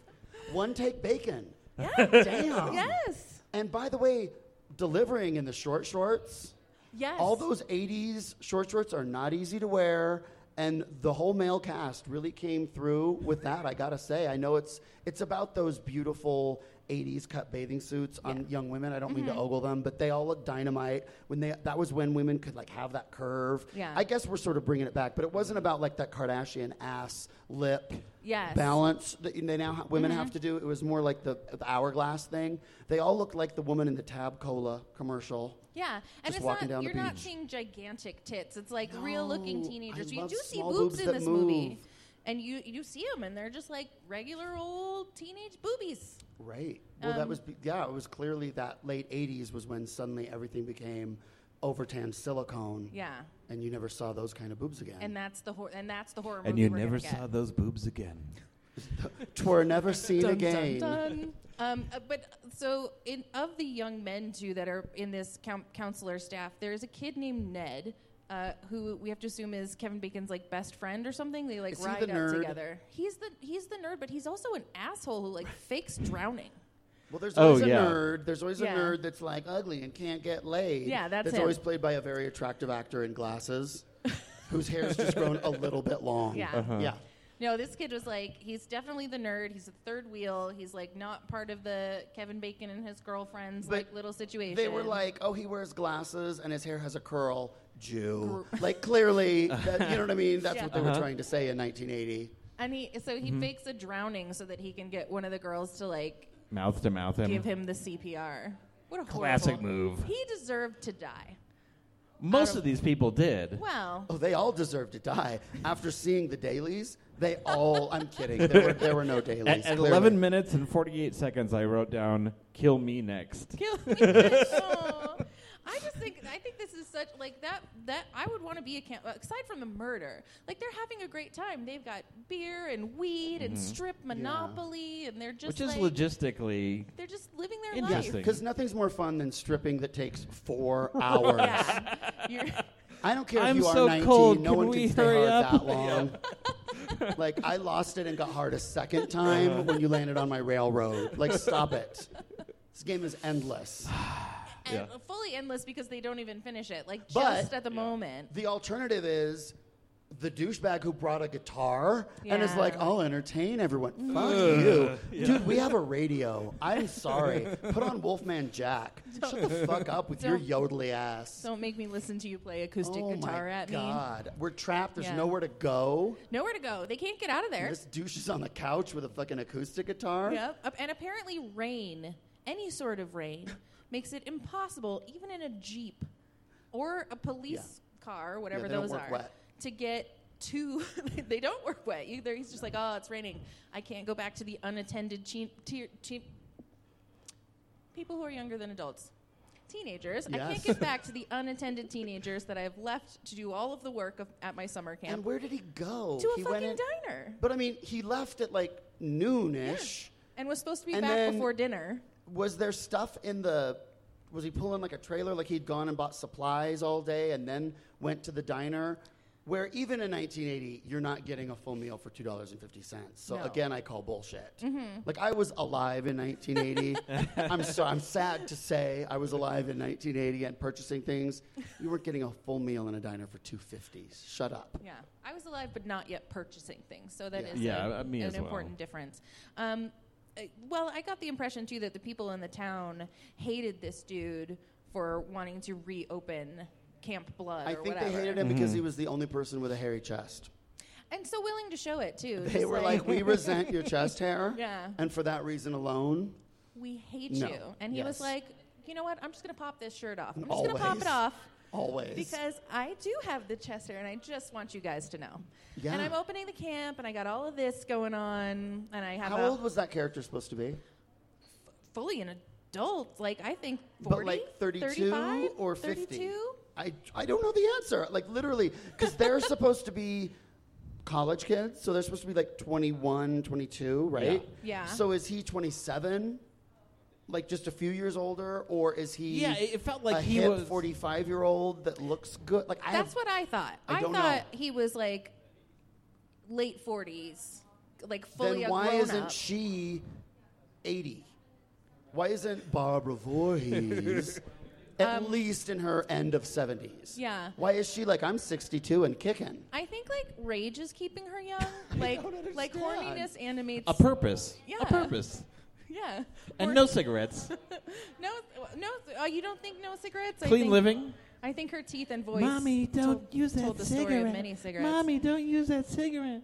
Speaker 2: One take bacon. Damn.
Speaker 1: Yes.
Speaker 2: And by the way, delivering in the short shorts.
Speaker 1: Yes.
Speaker 2: All those 80s short shorts are not easy to wear. And the whole male cast really came through with that, I gotta say. I know it's, it's about those beautiful 80s cut bathing suits on
Speaker 1: Yeah. Mm-hmm.
Speaker 2: young women. I don't mean to ogle them, but they all look dynamite. When they that was when women could like have that curve.
Speaker 1: Yeah.
Speaker 2: I guess we're sort of bringing it back, but it wasn't about like that Kardashian ass lip
Speaker 1: Yes. Mm-hmm.
Speaker 2: balance that you- they now ha- women have to do. It was more like the, the hourglass thing. They all look like the woman in the Tab Cola commercial.
Speaker 1: Yeah, and
Speaker 2: Just
Speaker 1: it's
Speaker 2: walking
Speaker 1: not
Speaker 2: down the
Speaker 1: you're not
Speaker 2: beach.
Speaker 1: seeing gigantic tits. It's like real looking
Speaker 2: No,
Speaker 1: teenagers.
Speaker 2: I
Speaker 1: You
Speaker 2: love
Speaker 1: do see
Speaker 2: small
Speaker 1: boobs,
Speaker 2: boobs
Speaker 1: in
Speaker 2: that
Speaker 1: this movie,
Speaker 2: move.
Speaker 1: and you you see them, and they're just like regular old teenage boobies.
Speaker 2: Right. Well, that was
Speaker 1: Um,
Speaker 2: be- yeah. It was clearly that late '80s was when suddenly everything became overtanned silicone.
Speaker 1: Yeah,
Speaker 2: And you never saw those kind of boobs again.
Speaker 1: and that's the hor- and that's the horror.
Speaker 3: And
Speaker 1: movie
Speaker 3: you
Speaker 1: we're gonna
Speaker 3: never
Speaker 1: get.
Speaker 3: saw those boobs again.
Speaker 2: Twere never seen
Speaker 1: Dun,
Speaker 2: again.
Speaker 1: dun, dun. um, uh, but so in of the young men too that are in this coun counselor staff, there is a kid named Ned. Uh, who we have to assume is Kevin Bacon's like best friend or something? They like
Speaker 2: Is he
Speaker 1: ride
Speaker 2: the
Speaker 1: up
Speaker 2: nerd?
Speaker 1: together. He's the he's the nerd, but he's also an asshole who like fakes drowning.
Speaker 2: Well, there's
Speaker 3: Oh,
Speaker 2: always a
Speaker 3: yeah.
Speaker 2: nerd. There's always
Speaker 1: Yeah.
Speaker 2: a nerd that's like ugly and can't get laid.
Speaker 1: Yeah, that's
Speaker 2: That's
Speaker 1: him.
Speaker 2: always played by a very attractive actor in glasses, whose hair's just grown a little bit long.
Speaker 1: Yeah.
Speaker 3: Uh-huh.
Speaker 2: Yeah.
Speaker 1: No, this kid was like, he's definitely the nerd. He's the third wheel. He's like not part of the Kevin Bacon and his girlfriend's
Speaker 2: But
Speaker 1: like little situation.
Speaker 2: They were like, oh, he wears glasses and his hair has a curl. Jew. like, clearly, that, you know what I mean? That's
Speaker 1: Yeah.
Speaker 2: what they
Speaker 3: Uh-huh.
Speaker 2: were trying to say in 1980.
Speaker 1: and he so he fakes a drowning so that he can get one of the girls to like
Speaker 3: Mouth to mouth him.
Speaker 1: give him the CPR. What a horrible-
Speaker 3: Classic move.
Speaker 1: He deserved to die.
Speaker 3: Most
Speaker 1: Adam-
Speaker 3: of these people did.
Speaker 1: Well,
Speaker 2: Oh, they all deserve to die. After seeing the dailies, they all, I'm kidding. There were, there were no dailies.
Speaker 3: At, at
Speaker 2: clearly.
Speaker 3: 11 minutes and 48 seconds, I wrote down, kill me next.
Speaker 1: kill me. Aw. I just think I think this is such like that that I would want to be a camp aside from the murder. Like they're having a great time. They've got beer and weed and strip monopoly, and they're just
Speaker 3: Which is
Speaker 1: like,
Speaker 3: logistically
Speaker 1: They're just living their
Speaker 3: Interesting.
Speaker 1: life.
Speaker 2: Because nothings more fun than stripping that takes four hours.
Speaker 1: Yeah. You're,
Speaker 2: I don't care if
Speaker 3: I'm
Speaker 2: you are
Speaker 3: so
Speaker 2: 19.
Speaker 3: cold.
Speaker 2: No
Speaker 3: Can
Speaker 2: one
Speaker 3: we
Speaker 2: can stay
Speaker 3: hurry
Speaker 2: hard
Speaker 3: up?
Speaker 2: that long. like I lost it and got hard a second
Speaker 3: Uh-huh.
Speaker 2: time when you landed on my railroad. Like stop it. This game is endless.
Speaker 1: and
Speaker 3: Yeah.
Speaker 1: fully endless because they don't even finish it. Like just
Speaker 2: But-
Speaker 1: at the moment.
Speaker 2: The alternative is the douchebag who brought a guitar and is
Speaker 1: Yeah. Mm.
Speaker 2: like, "I'll entertain everyone." Fuck you, dude. We have a radio. I'm sorry. Put on Wolfman Jack. Shut the fuck up with your
Speaker 1: Don't-
Speaker 2: yodely ass.
Speaker 1: Don't make me listen to you play acoustic
Speaker 2: oh
Speaker 1: guitar
Speaker 2: my
Speaker 1: at me.
Speaker 2: god, we're trapped. There's
Speaker 1: Yeah.
Speaker 2: nowhere to go.
Speaker 1: Nowhere to go. They can't get out of there.
Speaker 2: This douche is on the couch with a fucking acoustic guitar.
Speaker 1: Yep. Up- And apparently, rain, any sort of rain, makes it impossible, even in a jeep or a police car, whatever
Speaker 2: Yeah, they don't
Speaker 1: those
Speaker 2: work
Speaker 1: are,
Speaker 2: wet.
Speaker 1: to get to. they don't work wet either. He's just like, oh, it's raining. I can't go back to the unattended che- tier che- people who are younger than adults. Teenagers. I can't
Speaker 2: Yes.
Speaker 1: get back to the unattended teenagers that I've left to do all of the work of, at my summer
Speaker 2: And
Speaker 1: camp.
Speaker 2: where did he go?
Speaker 1: to a
Speaker 2: he
Speaker 1: fucking
Speaker 2: in-
Speaker 1: diner.
Speaker 2: But I mean, he left at like noonish.
Speaker 1: And was supposed to be
Speaker 2: And
Speaker 1: back
Speaker 2: then-
Speaker 1: before dinner.
Speaker 2: Was there stuff in the? Was he pulling like a trailer? Like he'd gone and bought supplies all day and then went to the diner, where even in 1980 you're not getting a full meal for two dollars and fifty cents. So
Speaker 1: No. Mm-hmm.
Speaker 2: again, I call bullshit. Like I was alive in 1980. I'm sorry. I'm sad to say I was alive in 1980 and purchasing things. You weren't getting a full meal in a diner for two fifty. Shut up.
Speaker 1: Yeah, I was alive, but not yet purchasing things. So that
Speaker 2: Yeah.
Speaker 1: is
Speaker 3: Yeah,
Speaker 1: a-
Speaker 3: uh, me
Speaker 1: an
Speaker 3: as well.
Speaker 1: important difference. Um, uh, well, I got the impression too that the people in the town hated this dude for wanting to reopen Camp Blood.
Speaker 2: I
Speaker 1: or
Speaker 2: think
Speaker 1: whatever. Mm-hmm.
Speaker 2: they hated him because he was the only person with a hairy chest.
Speaker 1: and so willing to show it too.
Speaker 2: They
Speaker 1: just
Speaker 2: were like, "We resent your chest hair,
Speaker 1: Yeah.
Speaker 2: and for that reason alone,
Speaker 1: we hate
Speaker 2: No.
Speaker 1: you," and he was
Speaker 2: Yes.
Speaker 1: like, "You know what? I'm just gonna pop this shirt off. I'm just gonna pop
Speaker 2: Always.
Speaker 1: it off."
Speaker 2: always."
Speaker 1: Because I do have the chest hair, and I just want you guys to know.
Speaker 2: Yeah.
Speaker 1: And I'm opening the camp, and I got all of this going on, and I have
Speaker 2: how
Speaker 1: a,
Speaker 2: old was that character supposed to be?
Speaker 1: fully an adult. Like I think 40,
Speaker 2: But like 32
Speaker 1: 35,
Speaker 2: or 50?
Speaker 1: 32?
Speaker 2: I I don't know the answer. Like literally, because they're supposed to be college kids, so they're supposed to be like 21, 22, right?
Speaker 1: Yeah. Yeah.
Speaker 2: So is he 27? Like just a few years older, or is he?
Speaker 3: Yeah, it- it felt like
Speaker 2: a
Speaker 3: he
Speaker 2: hip
Speaker 3: was-
Speaker 2: 45 year old that looks good. Like I
Speaker 1: That's
Speaker 2: have
Speaker 1: what I thought.
Speaker 2: I
Speaker 1: I,
Speaker 2: don't
Speaker 1: thought
Speaker 2: know.
Speaker 1: he was like late forties, like fully
Speaker 2: then
Speaker 1: a
Speaker 2: why
Speaker 1: grown
Speaker 2: isn't
Speaker 1: up.
Speaker 2: she 80? Why isn't Barbara Voorhees at least in her end of 70s?
Speaker 1: Um, Yeah.
Speaker 2: Why is she like I'm 62 and kicking?
Speaker 1: I think like rage is keeping her young. Like
Speaker 2: don't
Speaker 1: like
Speaker 2: understand.
Speaker 1: horniness animates.
Speaker 3: a purpose.
Speaker 1: Yeah.
Speaker 3: A purpose.
Speaker 1: yeah.
Speaker 3: and
Speaker 1: Or-
Speaker 3: no cigarettes.
Speaker 1: no, no. Oh, you don't think no cigarettes? I
Speaker 3: Clean
Speaker 1: think,
Speaker 3: living.
Speaker 1: I think her teeth and voice.
Speaker 3: Mommy, don't
Speaker 1: told,
Speaker 3: use that
Speaker 1: told the
Speaker 3: cigarette.
Speaker 1: story of many cigarettes.
Speaker 3: Mommy, don't use that cigarette.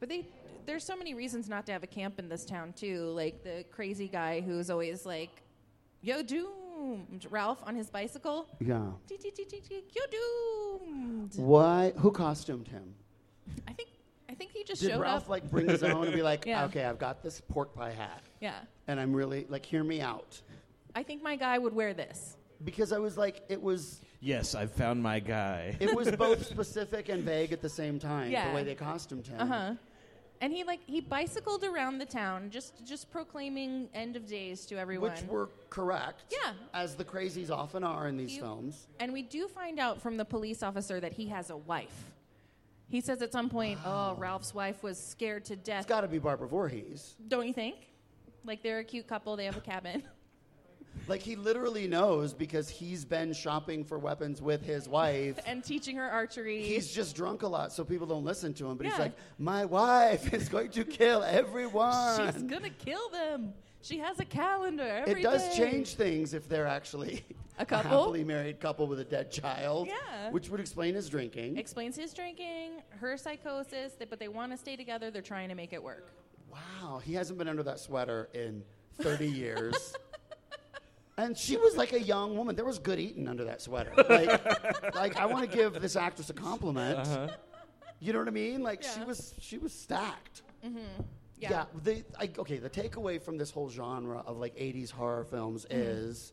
Speaker 1: But they, there's so many reasons not to have a camp in this town too. Like the crazy guy who's always like, "Yo, doomed," Ralph on his bicycle.
Speaker 2: Yeah.
Speaker 1: Tick, tick, tick, tick, tick, Yo, doomed.
Speaker 2: Why? Who costumed him?
Speaker 1: I think, I think he just
Speaker 2: Did
Speaker 1: showed
Speaker 2: Ralph
Speaker 1: up.
Speaker 2: like bring his own and be like,
Speaker 1: Yeah.
Speaker 2: okay, I've got this pork pie hat,
Speaker 1: yeah,
Speaker 2: and I'm really like, hear me out,
Speaker 1: I think my guy would wear this.
Speaker 2: because I was like, it was
Speaker 3: Yes, I found my guy.
Speaker 2: it was both specific and vague at the same time.
Speaker 1: Yeah.
Speaker 2: The way they costumed him.
Speaker 1: Uh huh. And he like he bicycled around the town, just just proclaiming end of days to everyone.
Speaker 2: Which were correct.
Speaker 1: Yeah.
Speaker 2: As the crazies often are in these
Speaker 1: You-
Speaker 2: films.
Speaker 1: And we do find out from the police officer that he has a wife. He says at some point, "Oh, Ralph's wife was scared to death."
Speaker 2: It's got to be Barbara Voorhees.
Speaker 1: Don't you think? Like they're a cute couple. They have a cabin.
Speaker 2: Like he literally knows because he's been shopping for weapons with his wife.
Speaker 1: and teaching her archery.
Speaker 2: He's just drunk a lot, so people don't listen to him. But he's
Speaker 1: Yeah.
Speaker 2: like, "My wife is going to kill everyone."
Speaker 1: She's gonna kill them. She has a calendar. every
Speaker 2: it does
Speaker 1: day.
Speaker 2: change things if they're actually
Speaker 1: A couple?
Speaker 2: happily married couple with a dead child.
Speaker 1: Yeah.
Speaker 2: which would explain his drinking.
Speaker 1: Explains his drinking, her psychosis, they, but they want to stay together. They're trying to make it work.
Speaker 2: wow, he hasn't been under that sweater in thirty years. And she was like a young woman. There was good eating under that sweater. Like, like I want to give this actress a compliment. You know what I mean? Like she
Speaker 1: Yeah.
Speaker 2: was she was stacked.
Speaker 1: Yeah.
Speaker 2: the, I, okay. The takeaway from this whole genre of like '80s horror films
Speaker 1: Mm-hmm.
Speaker 2: is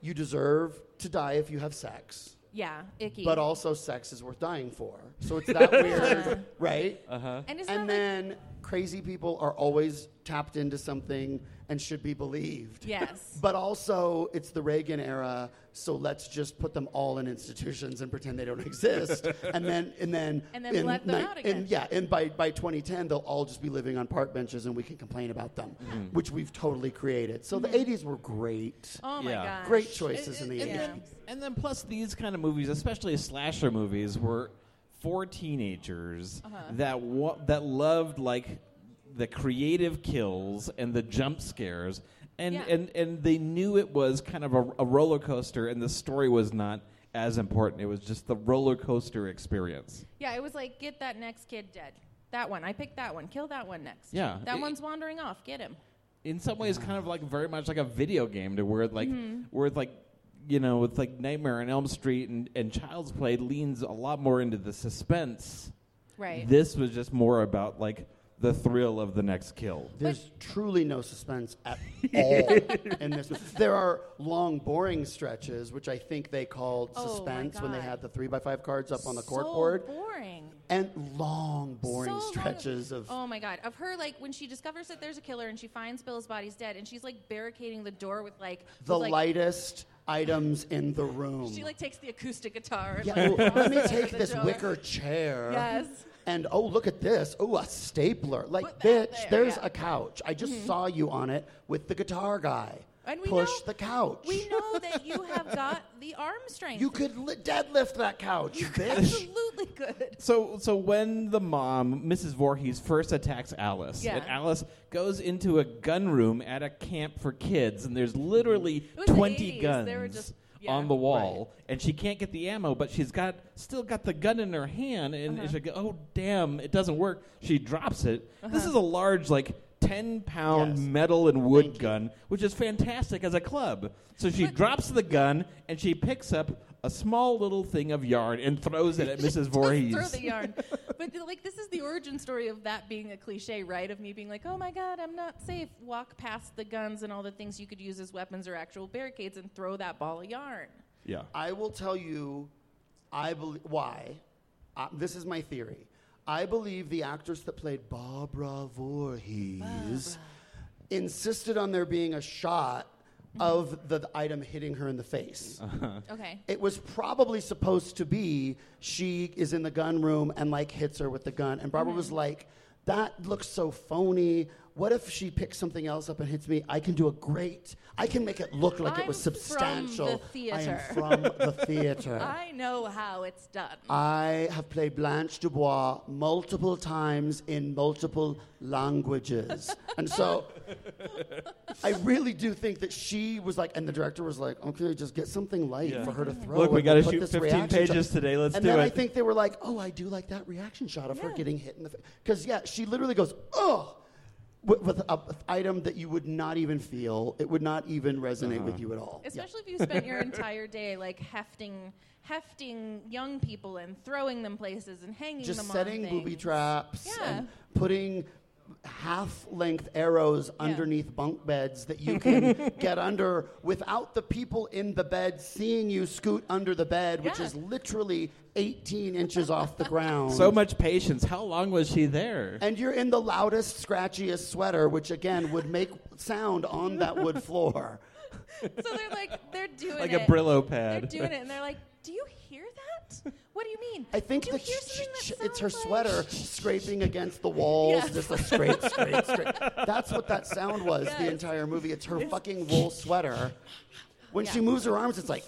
Speaker 2: you deserve to die if you have sex,
Speaker 1: Yeah. Icky.
Speaker 2: but uh, also sex is worth dying for. So it's that weird, right?
Speaker 1: and isn't
Speaker 2: And
Speaker 1: that like-
Speaker 2: then crazy people are always tapped into something and should be believed.
Speaker 1: Yes.
Speaker 2: But also, it's the Reagan era, so let's just put them all in institutions and pretend they don't exist, and then and then
Speaker 1: And then let them out again.
Speaker 2: And yeah, and by by 2010, they'll all just be living on park benches, and we can complain about them, which we've totally created. So the 80s were great,
Speaker 1: Mm-hmm. oh my
Speaker 3: Yeah.
Speaker 1: gosh.
Speaker 2: great choices in the 80s.
Speaker 1: Yeah.
Speaker 3: then, and then plus these kind of movies, especially slasher movies, were for teenagers
Speaker 2: Uh-huh.
Speaker 3: that wa- that loved like the creative kills and the jump scares, and
Speaker 1: Yeah.
Speaker 3: and and they knew it was kind of a, a roller coaster, and the story was not as important. It was just the roller coaster experience.
Speaker 1: Yeah, it was like get that next kid dead. That one. I picked that one. Kill that one next.
Speaker 3: Yeah.
Speaker 1: That
Speaker 3: It-
Speaker 1: one's wandering off. Get him.
Speaker 3: in some ways kind of like very much like a video game to where like where it's like you know with like Nightmare on Elm Street and, and Child's Play leans a lot more into the suspense.
Speaker 1: Right.
Speaker 3: This was just more about like the thrill of the next kill.
Speaker 2: There's truly no suspense at all in this. There are long, boring stretches, which I think they called
Speaker 1: Oh, my
Speaker 2: suspense when they
Speaker 1: God.
Speaker 2: had the three by five cards up on the cork
Speaker 1: so
Speaker 2: board,
Speaker 1: boring.
Speaker 2: and long, boring
Speaker 1: So long-
Speaker 2: stretches of.
Speaker 1: Oh my god. Of her like when she discovers that there's a killer and she finds Bill's body's dead and she's like barricading the door with like
Speaker 2: the
Speaker 1: with, like,
Speaker 2: lightest items in the room.
Speaker 1: She like takes the acoustic guitar. And,
Speaker 2: yeah,
Speaker 1: like,
Speaker 2: well, let
Speaker 1: tosses
Speaker 2: me
Speaker 1: it at
Speaker 2: take
Speaker 1: the
Speaker 2: this
Speaker 1: door.
Speaker 2: wicker chair.
Speaker 1: Yes.
Speaker 2: And oh, look at this. Oh, a stapler. Like,
Speaker 1: Put that there,
Speaker 2: bitch, there's
Speaker 1: yeah. Mm-hmm.
Speaker 2: a couch. I just saw you on it with the guitar guy.
Speaker 1: And we
Speaker 2: Push
Speaker 1: know-
Speaker 2: the couch.
Speaker 1: We know that you have got the arm strength.
Speaker 2: You could li- deadlift that couch, you bitch.
Speaker 1: Absolutely good.
Speaker 3: So so when the mom, Mrs. Voorhees, first attacks Alice,
Speaker 1: Yeah.
Speaker 3: and Alice goes into a gun room at a camp for kids, and there's literally
Speaker 1: was the
Speaker 3: twenty
Speaker 1: 80s.
Speaker 3: guns
Speaker 1: They were just- yeah.
Speaker 3: on the wall, and she can't get the ammo, but she's got still got the gun in her hand, and
Speaker 1: Uh-huh.
Speaker 3: she go, oh damn, it doesn't work. She drops it. This
Speaker 1: Uh-huh.
Speaker 3: is a large like. 10 pound
Speaker 2: Yes.
Speaker 3: metal and wood
Speaker 2: Thank you.
Speaker 3: gun, which is fantastic as a club. So she drops the gun and she picks up a small little thing of yarn and throws it at Mrs. Voorhees.
Speaker 1: Throw the yarn. But the- like this is the origin story of that being a cliche, right? Of me being like, "Oh my god, I'm not safe. Walk past the guns and all the things you could use as weapons or actual barricades and throw that ball of yarn."
Speaker 3: Yeah.
Speaker 2: I will tell you, I believe why. Uh, this is my theory. I believe the actress that played Barbara Voorhees insisted on there being a shot of the, the item hitting her in the face.
Speaker 1: Okay.
Speaker 2: It was probably supposed to be she is
Speaker 1: Mm-hmm.
Speaker 2: in the gun room and like hits her with the gun, and Barbara was like, "That looks so phony. what if she picks something else up and hits me? I can do a great. I can make it look like it was
Speaker 1: I'm from the
Speaker 2: substantial. I am
Speaker 1: theater.
Speaker 2: from the theater.
Speaker 1: I know how it's done.
Speaker 2: I have played Blanche Dubois multiple times in multiple languages. And so I really do think that she was like, and the director was like, okay, just get something light
Speaker 3: Yeah.
Speaker 2: for her to throw.
Speaker 3: Look, we
Speaker 2: and
Speaker 3: got to
Speaker 2: put
Speaker 3: shoot
Speaker 2: this
Speaker 3: 15
Speaker 2: reaction shot."
Speaker 3: pages today. Let's
Speaker 2: and
Speaker 3: do
Speaker 2: then
Speaker 3: it.
Speaker 2: I think they were like, oh, I do like that reaction shot of her
Speaker 1: Yeah.
Speaker 2: getting hit in the face. Because, yeah, she literally goes, oh, with, with a- an item that you would not even feel. It would not even resonate with
Speaker 3: Uh-huh.
Speaker 2: you at all. Yeah.
Speaker 1: Especially if you spent your entire day like hefting, hefting young people and throwing them places and hanging
Speaker 2: just
Speaker 1: them
Speaker 2: setting
Speaker 1: on things.
Speaker 2: booby traps and putting half-length arrows underneath bunk beds that you can get under without the people in the bed seeing you scoot under the bed which
Speaker 1: Yeah.
Speaker 2: is literally 18 inches off the ground
Speaker 3: so much patience. How long was she there?
Speaker 2: and you're in the loudest scratchiest sweater which again would make sound on that wood floor
Speaker 1: So they're like, they're doing
Speaker 3: Like a
Speaker 1: it.
Speaker 3: Brillo
Speaker 1: They're
Speaker 3: pad.
Speaker 1: doing it, and they're like, "Do you hear that? What do you mean?
Speaker 2: I think
Speaker 1: do you
Speaker 2: the
Speaker 1: hear
Speaker 2: sh-
Speaker 1: something that
Speaker 2: sh- it's
Speaker 1: sounds
Speaker 2: her
Speaker 1: like-"
Speaker 2: sweater scraping against the walls,
Speaker 1: Yeah.
Speaker 2: just a scrape, scrape, scrape. That's what that sound was
Speaker 1: Yes.
Speaker 2: the entire movie. It's her fucking wool sweater. When she
Speaker 1: Yeah.
Speaker 2: moves her arms, it's like.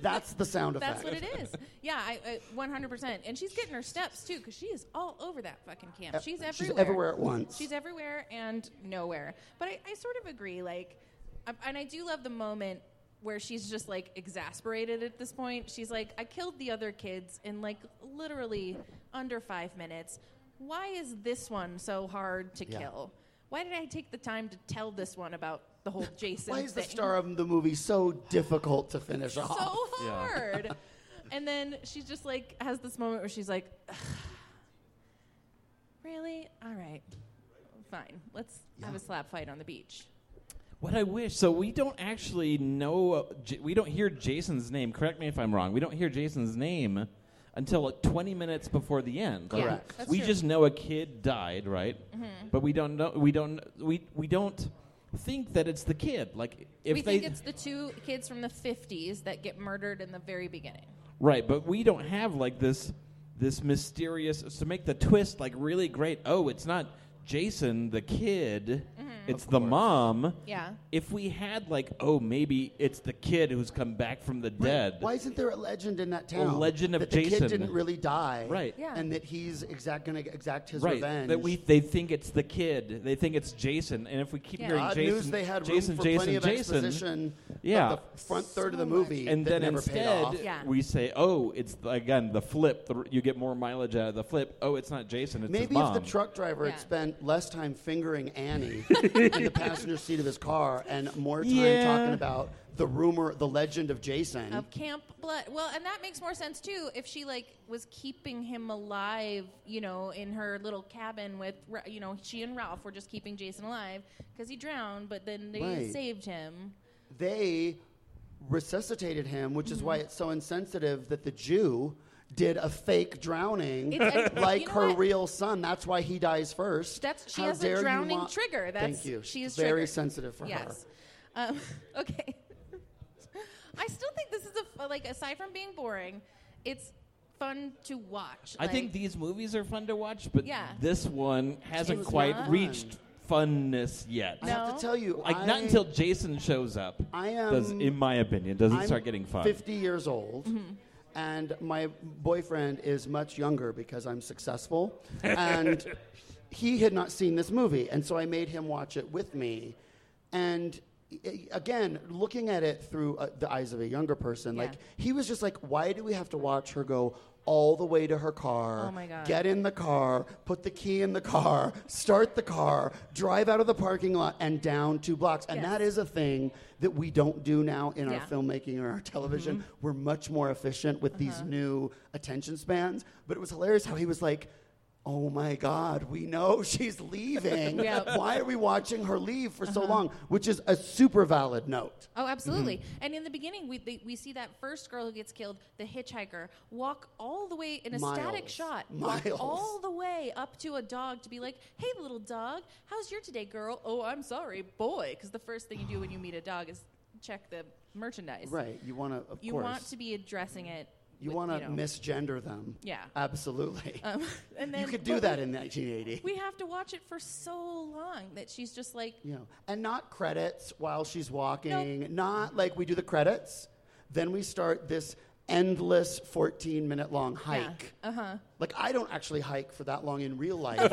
Speaker 2: That's the sound effect.
Speaker 1: That's what it is. Yeah, I, I 100%. And she's getting her steps too, because she is all over that fucking camp.
Speaker 2: Uh,
Speaker 1: She's everywhere.
Speaker 2: she's everywhere at once.
Speaker 1: She's everywhere and nowhere. But I, I sort of agree. Like, I- and I do love the moment where she's just like exasperated at this point. She's like, I killed the other kids in like literally under five minutes. Why is this one so hard to
Speaker 2: Yeah.
Speaker 1: kill? Why did I take the time to tell this one about the whole Jason?
Speaker 2: Why is the
Speaker 1: thing?
Speaker 2: star of the movie so difficult to finish
Speaker 1: so
Speaker 2: off?
Speaker 3: Yeah.
Speaker 1: hard. and then she's just like has this moment where she's like, "Ugh, "Really? All right, fine. Let's have a slap fight on the beach."
Speaker 3: What I wish. So we don't actually know. uh, J- we don't hear Jason's name. Correct me if I'm wrong. We don't hear Jason's name until like 20 minutes before the end. Like,
Speaker 2: Correct.
Speaker 1: that's
Speaker 3: we
Speaker 1: true. Mm-hmm.
Speaker 3: just know a kid died, right? But we don't know. We don't. We we don't think that it's the kid. Like if
Speaker 1: we
Speaker 3: they
Speaker 1: think it's the two kids from the '50s that get murdered in the very beginning.
Speaker 3: right, but we don't have like this this mysterious to make the twist like really great. Oh, it's not Jason the kid.
Speaker 1: Mm-hmm.
Speaker 3: It's the mom.
Speaker 1: Yeah.
Speaker 3: If we had like, oh, maybe it's the kid who's come back from the dead.
Speaker 2: Why isn't there a legend in that town?
Speaker 3: legend of
Speaker 2: that The
Speaker 3: Jason.
Speaker 2: kid didn't really die.
Speaker 3: Right.
Speaker 1: Yeah.
Speaker 2: And that he's exact, going to exact his
Speaker 3: right.
Speaker 2: revenge.
Speaker 3: That we they think it's the kid. They think it's Jason. And if we keep
Speaker 1: Yeah.
Speaker 3: hearing
Speaker 2: God
Speaker 3: Jason,
Speaker 2: news they had
Speaker 3: Jason,
Speaker 2: room for
Speaker 3: Jason,
Speaker 2: plenty of
Speaker 3: Jason,
Speaker 2: exposition. but
Speaker 3: Yeah.
Speaker 2: the front third of the
Speaker 1: So
Speaker 2: movie,
Speaker 3: and
Speaker 2: that
Speaker 3: then
Speaker 2: never paid off.
Speaker 3: instead
Speaker 1: Yeah.
Speaker 3: we say, oh, it's the- again the flip. The, you get more mileage out of the flip. Oh, it's not Jason. It's his
Speaker 2: Maybe if
Speaker 3: mom.
Speaker 2: the truck driver
Speaker 1: Yeah.
Speaker 2: had spent less time fingering Annie in the passenger seat of his car and more time
Speaker 3: Yeah.
Speaker 2: talking about the rumor, the legend of Jason.
Speaker 1: Of Camp Blood. Well, and that makes more sense too if she like was keeping him alive, you know, in her little cabin with, Ra- you know, she and Ralph were just keeping Jason alive because he drowned, but then they
Speaker 2: Right.
Speaker 1: saved him.
Speaker 2: They resuscitated him, which is why
Speaker 1: Mm-hmm.
Speaker 2: it's so insensitive that the Jew did a fake drowning
Speaker 1: It's- and
Speaker 2: like
Speaker 1: you know
Speaker 2: her
Speaker 1: what?
Speaker 2: real son. That's why he dies first.
Speaker 1: That's- she
Speaker 2: How
Speaker 1: has a
Speaker 2: dare you
Speaker 1: drowning
Speaker 2: want-
Speaker 1: trigger. That's-
Speaker 2: Thank you.
Speaker 1: she is
Speaker 2: very
Speaker 1: triggered.
Speaker 2: sensitive for her.
Speaker 1: Yes. Um, okay. I still think this is a f- like aside from being boring, it's fun to watch.
Speaker 3: I think
Speaker 1: Like,
Speaker 3: these movies are fun to watch, but
Speaker 1: Yeah.
Speaker 3: this one hasn't
Speaker 2: was
Speaker 3: quite
Speaker 2: not.
Speaker 3: reached funness yet.
Speaker 2: I have
Speaker 1: No.
Speaker 2: to tell you,
Speaker 3: Like
Speaker 2: I,
Speaker 3: not until Jason shows up.
Speaker 2: I
Speaker 3: does,
Speaker 2: am-
Speaker 3: in my opinion, does it
Speaker 2: I'm
Speaker 3: start getting fun?
Speaker 2: 50 years old. And my boyfriend is much younger because I'm successful. And he had not seen this movie. And so I made him watch it with me. And i- again, looking at it through uh, the eyes of a younger person,
Speaker 1: Yeah.
Speaker 2: like he was just like, why do we have to watch her go all the way to her car?
Speaker 1: Oh my God.
Speaker 2: Get in the car, put the key in the car, start the car, drive out of the parking lot, and down two blocks. And
Speaker 1: Yes.
Speaker 2: that is a thing that we don't do now in
Speaker 1: Yeah. Mm-hmm.
Speaker 2: our filmmaking or our television. We're much more efficient with
Speaker 1: Uh-huh.
Speaker 2: these new attention spans. But it was hilarious how he was like, Oh my God, we know she's leaving.
Speaker 1: Yeah.
Speaker 2: Why are we watching her leave for
Speaker 1: Uh-huh.
Speaker 2: so long? Which is a super valid note.
Speaker 1: Oh, absolutely.
Speaker 2: Mm-hmm.
Speaker 1: And in the beginning, we they, we see that first girl who gets killed, the hitchhiker, walk all the way in a static
Speaker 2: Miles.
Speaker 1: shot, walk
Speaker 2: Miles.
Speaker 1: all the way up to a dog to be like, "Hey, little dog, how's your today, girl?" Oh, I'm sorry, boy, because the first thing you do when you meet a dog is check the merchandise.
Speaker 2: Right. You want to, of
Speaker 1: You
Speaker 2: course.
Speaker 1: want to be addressing it
Speaker 2: You
Speaker 1: with,
Speaker 2: want to
Speaker 1: know.
Speaker 2: misgender them.
Speaker 1: Yeah.
Speaker 2: Absolutely.
Speaker 1: Um, and then
Speaker 2: you could do
Speaker 1: but
Speaker 2: that
Speaker 1: we-
Speaker 2: in 1980.
Speaker 1: We have to watch it for so long that she's just like,
Speaker 2: you know, and not credits while she's walking. Not like we do the credits, then we start this endless 14 minute long hike.
Speaker 1: uh huh.
Speaker 2: Like I don't actually hike for that long in real life,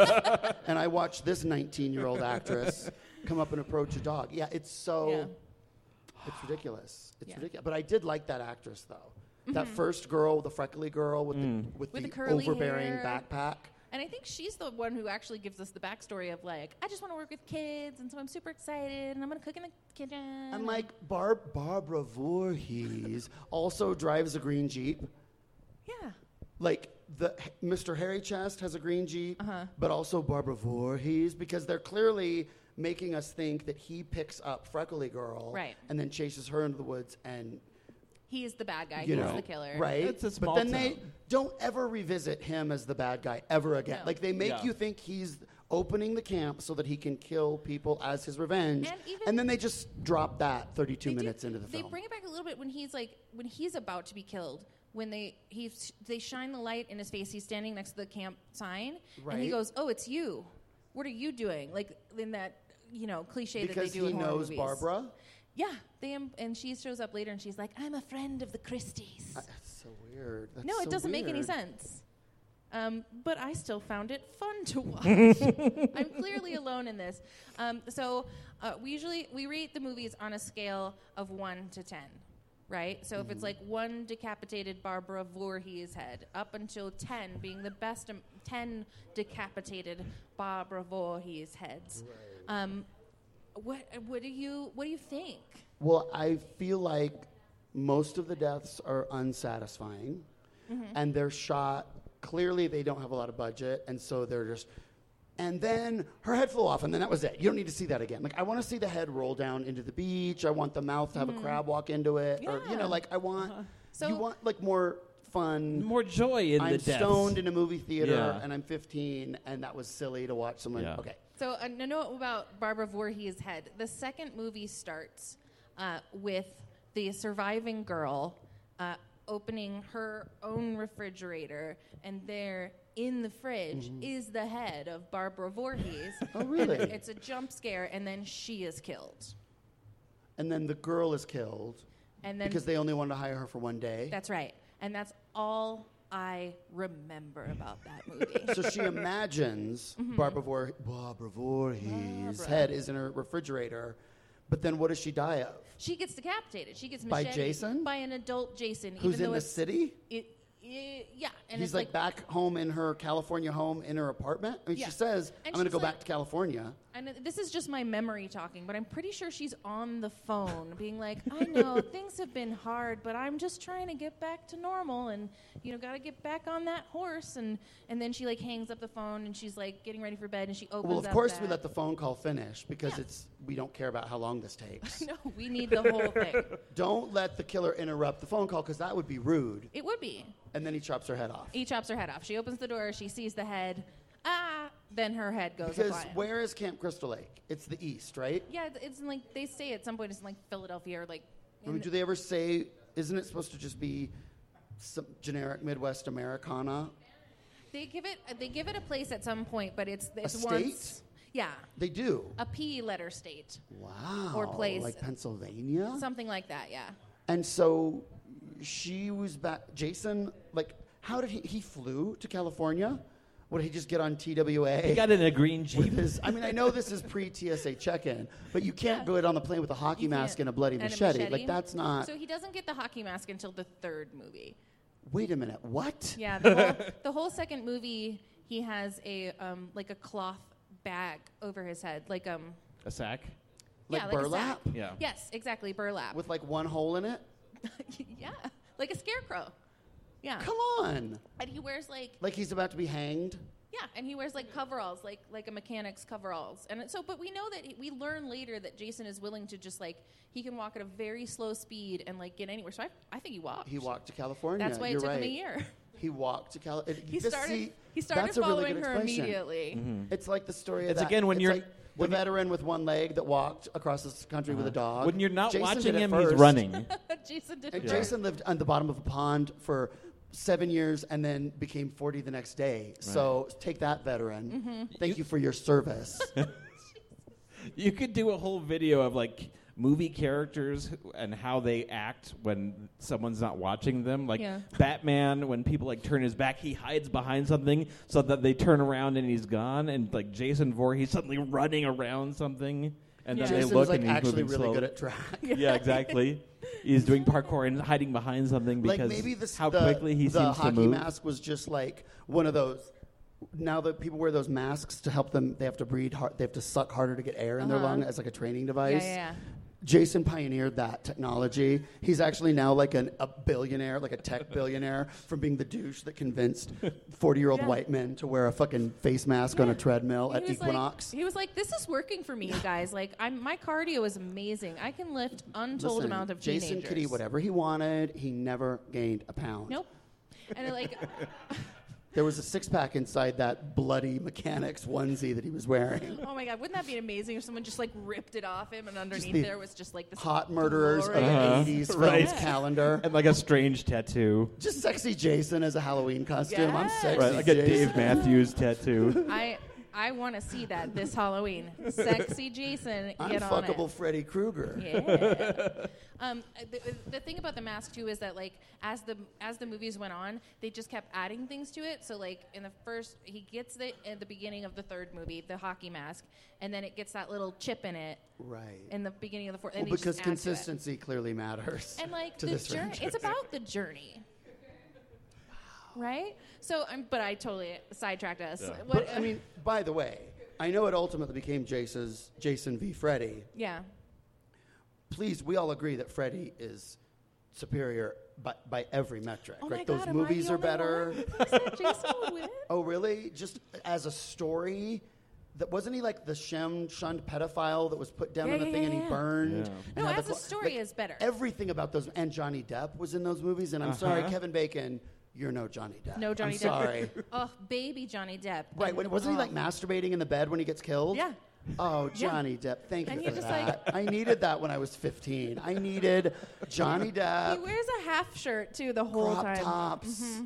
Speaker 2: and I watch this 19 year old actress come up and approach a dog. Yeah, it's so,
Speaker 1: Yeah.
Speaker 2: it's ridiculous. It's
Speaker 1: Yeah. Mm-hmm.
Speaker 2: ridiculous. But I did like that actress though. That first girl, the freckly girl with the with,
Speaker 1: With the
Speaker 2: the,
Speaker 1: curly
Speaker 2: overbearing
Speaker 1: hair.
Speaker 2: backpack.
Speaker 1: And I think she's the one who actually gives us the backstory of like, I just want to work with kids, and so I'm super excited, and I'm gonna cook in the kitchen.
Speaker 2: And like Barb Barbara Voorhees also drives a green jeep.
Speaker 1: yeah,
Speaker 2: Like the Mr. Harry Chest has a green jeep,
Speaker 1: Uh-huh.
Speaker 2: but also Barbara Voorhees because they're clearly making us think that he picks up Freckly Girl
Speaker 1: Right.
Speaker 2: and then chases her into the woods and
Speaker 1: he is the bad guy.
Speaker 2: you
Speaker 1: He's
Speaker 2: know
Speaker 1: the killer.
Speaker 2: right.
Speaker 3: It's a small
Speaker 2: but then
Speaker 3: town.
Speaker 2: they don't ever revisit him as the bad guy ever again.
Speaker 1: No.
Speaker 2: Like they make
Speaker 3: Yeah.
Speaker 2: you think he's opening the camp so that he can kill people as his revenge,
Speaker 1: And even-
Speaker 2: then they just drop that 32
Speaker 1: They do-
Speaker 2: minutes into the
Speaker 1: they
Speaker 2: film.
Speaker 1: bring it back a little bit when he's like when he's about to be killed. When they he they shine the light in his face, he's standing next to the camp sign, and he
Speaker 2: Right.
Speaker 1: goes, "Oh, it's you. What are you doing?" Like in that you know cliche that
Speaker 2: because
Speaker 1: they do
Speaker 2: he
Speaker 1: in horror
Speaker 2: knows
Speaker 1: movies.
Speaker 2: Barbara.
Speaker 1: Yeah, they am, and she shows up later, and she's like, "I'm a friend of the Christies."
Speaker 2: I- That's so weird. Uh, That's
Speaker 1: no, it
Speaker 2: so
Speaker 1: doesn't make any
Speaker 2: weird.
Speaker 1: sense. Um, but I still found it fun to watch. I'm clearly alone in this. Um, so uh, we usually we rate the movies on a scale of one to ten, right? So
Speaker 2: Mm-hmm.
Speaker 1: if it's like one decapitated Barbara Voorhees head, up until ten being the best, um, ten decapitated Barbara Voorhees heads. Um, what what do you what do you think?
Speaker 2: Well, I feel like most of the deaths are unsatisfying,
Speaker 1: Mm-hmm.
Speaker 2: and they're shot. Clearly, they don't have a lot of budget, and so they're just. And then her head flew off, and then that was it. You don't need to see that again. Like, I want to see the head roll down into the beach. I want the mouth to have a crab walk into it, or you
Speaker 1: Mm-hmm. Yeah. Uh-huh.
Speaker 2: know, like I want.
Speaker 1: So-
Speaker 2: you want like more fun.
Speaker 3: More joy in
Speaker 2: I'm
Speaker 3: the deaths.
Speaker 2: stoned in a movie theater,
Speaker 3: Yeah.
Speaker 2: and I'm 15, and that was silly to watch someone.
Speaker 3: Yeah.
Speaker 2: Okay.
Speaker 1: So a n- note about Barbara Voorhees' head. The second movie starts uh, with the surviving girl uh, opening her own refrigerator, and there in the fridge
Speaker 2: Mm-hmm.
Speaker 1: is the head of Barbara Voorhees.
Speaker 2: Oh, really?
Speaker 1: And it's a jump scare, and then she is killed.
Speaker 2: And then the girl is killed
Speaker 1: And then
Speaker 2: because they only wanted to hire her for one day.
Speaker 1: that's right. And that's all I remember about that movie.
Speaker 2: so she imagines
Speaker 1: Mm-hmm.
Speaker 2: Barbara, Vor- Barbara Voorhees' head is in her refrigerator, but then what does she die of?
Speaker 1: she gets decapitated. She gets
Speaker 2: By
Speaker 1: macheted
Speaker 2: Jason?
Speaker 1: by an adult Jason,
Speaker 2: Who's
Speaker 1: even
Speaker 2: in
Speaker 1: though
Speaker 2: the
Speaker 1: it's
Speaker 2: city?
Speaker 1: it, it, yeah, and
Speaker 2: He's
Speaker 1: it's
Speaker 2: like, back home in her California home in her apartment. I mean,
Speaker 1: Yeah.
Speaker 2: she says,
Speaker 1: And
Speaker 2: "I'm going to
Speaker 1: she's
Speaker 2: go
Speaker 1: like-
Speaker 2: back to California."
Speaker 1: And this is just my memory talking, but I'm pretty sure she's on the phone being like, I know things have been hard, but I'm just trying to get back to normal and, you know, got to get back on that horse. And, and then she like hangs up the phone and she's like getting ready for bed and she opens
Speaker 2: Well, of
Speaker 1: up
Speaker 2: course we
Speaker 1: that-
Speaker 2: let the phone call finish because
Speaker 1: Yeah.
Speaker 2: it's we don't care about how long this takes.
Speaker 1: No, we need the whole thing.
Speaker 2: Don't let the killer interrupt the phone call because that would be rude.
Speaker 1: It would be.
Speaker 2: And then he chops her head off.
Speaker 1: He chops her head off. She opens the door, she sees the head. Ah, then her head goes
Speaker 2: Because
Speaker 1: flying.
Speaker 2: where is Camp Crystal Lake? It's the east, right?
Speaker 1: yeah, it's- it's in like they say at some point it's in like Philadelphia or like
Speaker 2: I mean, do they ever say? Isn't it supposed to just be some generic Midwest Americana?
Speaker 1: They give it. uh, They give it a place at some point, but it's it's
Speaker 2: state?
Speaker 1: once. Yeah,
Speaker 2: They do.
Speaker 1: a P letter state,
Speaker 2: Wow.
Speaker 1: Or place.
Speaker 2: like Pennsylvania.
Speaker 1: something like that. Yeah,
Speaker 2: and so she was back. Jason, like, how did he? He flew to California. What did he just get on TWA?
Speaker 3: He got in a green jeep.
Speaker 2: with his, I mean, I know this is pre TSA check in, but you can't go out on the plane with a hockey
Speaker 1: You
Speaker 2: mask
Speaker 1: can't-
Speaker 2: and a bloody machete. Like, that's not.
Speaker 1: So he doesn't get the hockey mask until the third movie.
Speaker 2: wait a minute. What?
Speaker 1: Yeah, the whole, the whole second movie, he has a um, like a cloth bag over his head, like um,
Speaker 3: A sack.
Speaker 2: Like
Speaker 1: yeah,
Speaker 2: burlap?
Speaker 1: Like a sack.
Speaker 3: Yeah.
Speaker 1: Yes, exactly, burlap.
Speaker 2: With like one hole in it?
Speaker 1: yeah, like a scarecrow. Yeah,
Speaker 2: Come on.
Speaker 1: and he wears like
Speaker 2: Like he's about to be hanged.
Speaker 1: Yeah, and he wears like coveralls, like like a mechanic's coveralls, and it- so. But we know that he- we learn later that Jason is willing to just like he can walk at a very slow speed and like get anywhere. So I, I think he walked.
Speaker 2: He walked to California.
Speaker 1: That's why it
Speaker 2: You're
Speaker 1: took
Speaker 2: right.
Speaker 1: him a year.
Speaker 2: He walked to California.
Speaker 1: He started. he started
Speaker 2: that's a really
Speaker 1: following
Speaker 2: good
Speaker 1: her
Speaker 2: explanation. Mm.
Speaker 1: immediately.
Speaker 2: It's like the story of
Speaker 3: It's
Speaker 2: that-
Speaker 3: again when
Speaker 2: it's
Speaker 3: you're-
Speaker 2: like
Speaker 3: when
Speaker 2: the
Speaker 3: you- Uh-huh.
Speaker 2: veteran with one leg that walked across this country with a dog.
Speaker 3: When you're not
Speaker 2: Jason
Speaker 3: watching
Speaker 2: did it
Speaker 3: him, he's
Speaker 2: first.
Speaker 3: running.
Speaker 1: Jason did.
Speaker 2: Mm-hmm. And
Speaker 1: it.
Speaker 2: Jason lived on the bottom of a pond for seven years and then became 40 the next day. So take that, veteran.
Speaker 1: Mm-hmm.
Speaker 2: Thank you for your service.
Speaker 3: You could do a whole video of like movie characters and how they act when someone's not watching them. Like
Speaker 1: Yeah.
Speaker 3: Batman, when people like turn his back, he hides behind something so that they turn around and he's gone. And like Jason Voorhees suddenly running around something, and
Speaker 1: Yeah.
Speaker 3: then
Speaker 2: Jason's
Speaker 3: they look
Speaker 2: like
Speaker 3: and he's
Speaker 2: actually
Speaker 3: moving
Speaker 2: really
Speaker 3: slowly.
Speaker 2: good at track.
Speaker 3: yeah, exactly. He's doing parkour and hiding behind something because
Speaker 2: like maybe this,
Speaker 3: how
Speaker 2: the,
Speaker 3: quickly he
Speaker 2: the
Speaker 3: seems
Speaker 2: hockey
Speaker 3: to move.
Speaker 2: mask was just like one of those. Now that people wear those masks to help them, they have to breathe hard. They have to suck harder to get air in their
Speaker 1: Uh-huh.
Speaker 2: lung as like a training
Speaker 1: yeah,
Speaker 2: device.
Speaker 1: yeah.
Speaker 2: Jason pioneered that technology. He's actually now like an, a billionaire, like a tech billionaire, from being the douche that convinced forty-year-old
Speaker 1: Yeah.
Speaker 2: white men to wear a fucking face mask on a
Speaker 1: Yeah.
Speaker 2: treadmill
Speaker 1: He
Speaker 2: at
Speaker 1: was like-
Speaker 2: Equinox.
Speaker 1: he was like, "This is working for me, you guys. Like, I'm my cardio is amazing. I can lift untold
Speaker 2: Listen,
Speaker 1: amount of
Speaker 2: Jason
Speaker 1: teenagers.
Speaker 2: could eat whatever he wanted. He never gained a pound.
Speaker 1: Nope. And like,
Speaker 2: There was a six pack inside that bloody mechanics onesie that he was wearing.
Speaker 1: oh my god, wouldn't that be amazing if someone just like ripped it off him and underneath
Speaker 2: the
Speaker 1: there was just like this
Speaker 2: Hot murderers of the
Speaker 1: glorious-
Speaker 3: Uh-huh.
Speaker 2: 80s films
Speaker 3: Right.
Speaker 2: calendar.
Speaker 3: and like a strange tattoo,
Speaker 2: Just sexy Jason as a Halloween costume. I'm
Speaker 1: Yes.
Speaker 2: sexy.
Speaker 3: right? Like a
Speaker 2: Jason.
Speaker 3: Dave Matthews tattoo.
Speaker 1: I I want to see that this Halloween. Sexy Jason,
Speaker 2: I'm
Speaker 1: get on
Speaker 2: fuckable
Speaker 1: it.
Speaker 2: Freddy Krueger.
Speaker 1: Yeah. um, the, the thing about the mask too is that like as the as the movies went on, they just kept adding things to it. So like in the first, he gets it at the beginning of the third movie, the hockey mask, and then it gets that little chip in it
Speaker 2: Right.
Speaker 1: in the beginning of the fourth.
Speaker 2: well,
Speaker 1: and they
Speaker 2: because
Speaker 1: just add to it.
Speaker 2: consistency clearly matters.
Speaker 1: and like
Speaker 2: to
Speaker 1: the
Speaker 2: this
Speaker 1: journey
Speaker 2: franchise.
Speaker 1: it's about the journey right so i'm but i totally sidetracked us
Speaker 2: But
Speaker 1: uh,
Speaker 2: I mean, by the way, I know it ultimately became Jason's Jason v. Freddy.
Speaker 1: yeah
Speaker 2: Please, we all agree that Freddy is superior by, by every metric.
Speaker 1: oh
Speaker 2: right?
Speaker 1: my god
Speaker 2: Those
Speaker 1: am I the
Speaker 2: movies are
Speaker 1: only
Speaker 2: better.
Speaker 1: one who said jason would win
Speaker 2: Oh, really? Just as a story? That wasn't he like the shem shunned pedophile that was put down
Speaker 1: Yeah,
Speaker 2: in a
Speaker 1: yeah,
Speaker 2: thing
Speaker 1: yeah,
Speaker 2: and he
Speaker 1: yeah.
Speaker 2: burned?
Speaker 3: Yeah.
Speaker 2: And
Speaker 1: no
Speaker 2: how the
Speaker 1: as a
Speaker 2: glo-
Speaker 1: story
Speaker 2: like,
Speaker 1: is better
Speaker 2: Everything about those and Johnny Depp was in those movies. And I'm sorry,
Speaker 3: Uh-huh.
Speaker 2: Kevin Bacon, you're no Johnny Depp.
Speaker 1: no johnny
Speaker 2: I'm
Speaker 1: depp
Speaker 2: Sorry.
Speaker 1: oh baby johnny depp
Speaker 2: right?
Speaker 1: And-
Speaker 2: When, wasn't he
Speaker 1: oh.
Speaker 2: like masturbating in the bed when he gets killed?
Speaker 1: Yeah.
Speaker 2: Oh, Johnny Depp, thank you
Speaker 1: And
Speaker 2: for
Speaker 1: you're just
Speaker 2: that. I needed that when I was 15. I needed Johnny
Speaker 1: he
Speaker 2: Depp
Speaker 1: wears a half shirt too the whole
Speaker 2: crop
Speaker 1: time Mm-hmm.
Speaker 2: tops.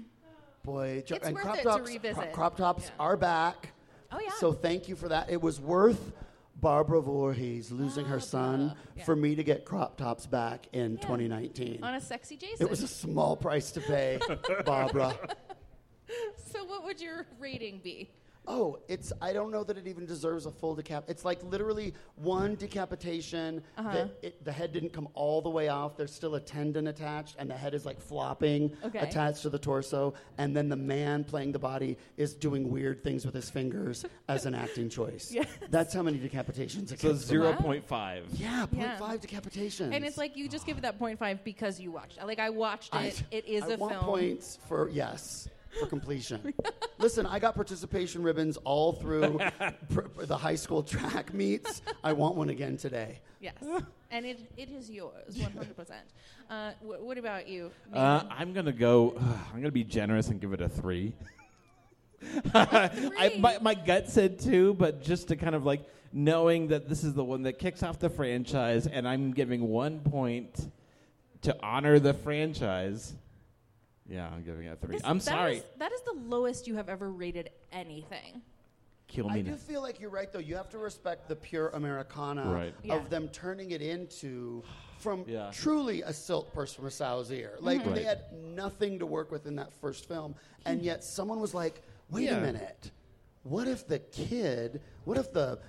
Speaker 2: Boy, jo-
Speaker 1: It's
Speaker 2: and
Speaker 1: worth
Speaker 2: crop
Speaker 1: it to
Speaker 2: tops, cro-
Speaker 1: revisit.
Speaker 2: crop tops
Speaker 1: Yeah.
Speaker 2: are back.
Speaker 1: Oh, yeah.
Speaker 2: So thank you for that. It was worth Barbara Voorhees losing her son
Speaker 1: Barbara. Ah, Yeah.
Speaker 2: for me to get crop tops back in
Speaker 1: Yeah.
Speaker 2: 2019.
Speaker 1: on a sexy jason
Speaker 2: It was a small price to pay, Barbara.
Speaker 1: so what would your rating be
Speaker 2: Oh, it's I don't know that it even deserves a full decap. It's like literally one decapitation.
Speaker 1: Uh-huh.
Speaker 2: That it, the head didn't come all the way off. There's still a tendon attached, and the head is like flopping
Speaker 1: Okay.
Speaker 2: attached to the torso. And then the man playing the body is doing weird things with his fingers as an acting choice.
Speaker 1: Yes.
Speaker 2: That's how many decapitations. It
Speaker 3: So
Speaker 2: comes from.
Speaker 3: zero point five.
Speaker 2: Yeah,
Speaker 1: Yeah.
Speaker 2: 0.5 decapitations.
Speaker 1: and it's like you just give it that 0.5 because you watched it. like i watched
Speaker 2: I-
Speaker 1: it it is
Speaker 2: I
Speaker 1: a
Speaker 2: want
Speaker 1: film
Speaker 2: points for yes for completion. Listen, I got participation ribbons all through pr- pr- the high school track meets. I want one again today.
Speaker 1: Yes. and it, it is yours, 100%. Uh, wh- what about you?
Speaker 3: Uh,
Speaker 1: Nathan?
Speaker 3: I'm gonna go. I'm gonna be generous and give it a three. I, my, my gut said two, but just to kind of like knowing that this is the one that kicks off the franchise, and I'm giving one point to honor the franchise. Yeah, I'm giving it a three.
Speaker 1: This-
Speaker 3: I'm
Speaker 1: that
Speaker 3: sorry.
Speaker 1: is- that is the lowest you have ever rated anything.
Speaker 3: Kill
Speaker 2: I
Speaker 3: me.
Speaker 2: do
Speaker 3: now.
Speaker 2: feel like you're right, though. You have to respect the pure Americana
Speaker 3: Right.
Speaker 1: Yeah.
Speaker 2: of them turning it into from
Speaker 3: Yeah.
Speaker 2: truly a silk purse from a sow's ear. Like
Speaker 3: Mhm.
Speaker 2: they
Speaker 3: Right.
Speaker 2: had nothing to work with in that first film, and yet someone was like, "Wait a
Speaker 3: Yeah.
Speaker 2: minute, what if the kid? What if the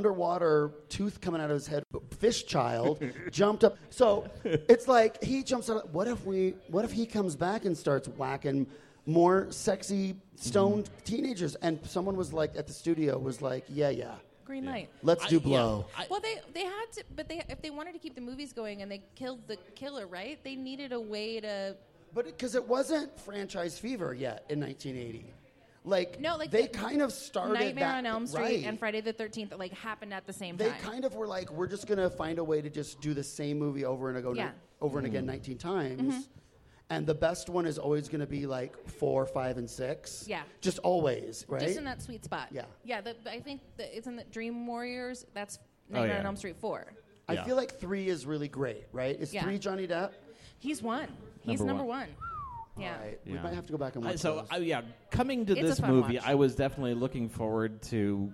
Speaker 2: underwater tooth coming out of his head fish child jumped up so it's like he jumps out what if we what if he comes back and starts whacking more sexy stoned
Speaker 3: Mm-hmm.
Speaker 2: teenagers and someone was like at the studio was like yeah yeah
Speaker 1: Green light.
Speaker 2: let's do
Speaker 3: I- yeah,
Speaker 2: blow
Speaker 3: I-
Speaker 1: well, they they had to, but they if they wanted to keep the movies going and they killed the killer, right? They needed a way to.
Speaker 2: But because it wasn't franchise fever yet in 1980, like
Speaker 1: No, like
Speaker 2: they
Speaker 1: the
Speaker 2: kind of started
Speaker 1: Nightmare
Speaker 2: that-
Speaker 1: on Elm Street
Speaker 2: right.
Speaker 1: and Friday the Thirteenth like happened at the same
Speaker 2: They
Speaker 1: time.
Speaker 2: kind of were like, we're just gonna find a way to just do the same movie over and ago,
Speaker 1: Yeah. Mm-hmm.
Speaker 2: over and
Speaker 3: Mm.
Speaker 2: again 19 times. And the best one is always going to be like four, five, and six.
Speaker 1: Yeah.
Speaker 2: just always, right?
Speaker 1: Just in that sweet spot.
Speaker 2: Yeah.
Speaker 1: Yeah. The, I think the, it's in the Dream Warriors. That's
Speaker 3: Oh,
Speaker 1: Nightmare on
Speaker 3: yeah.
Speaker 1: Elm Street four.
Speaker 2: I
Speaker 3: Yeah.
Speaker 2: feel like three is really great, right? Is
Speaker 1: Yeah.
Speaker 2: three Johnny Depp?
Speaker 1: He's one. He's
Speaker 3: Number
Speaker 1: number
Speaker 3: one.
Speaker 1: one. Yeah.
Speaker 2: All right. We
Speaker 3: Yeah.
Speaker 2: might have to go back and
Speaker 3: I,
Speaker 2: watch
Speaker 3: so
Speaker 2: those.
Speaker 3: I, yeah, coming to
Speaker 1: It's a
Speaker 3: this
Speaker 1: fun
Speaker 3: movie,
Speaker 1: watch.
Speaker 3: I was definitely looking forward to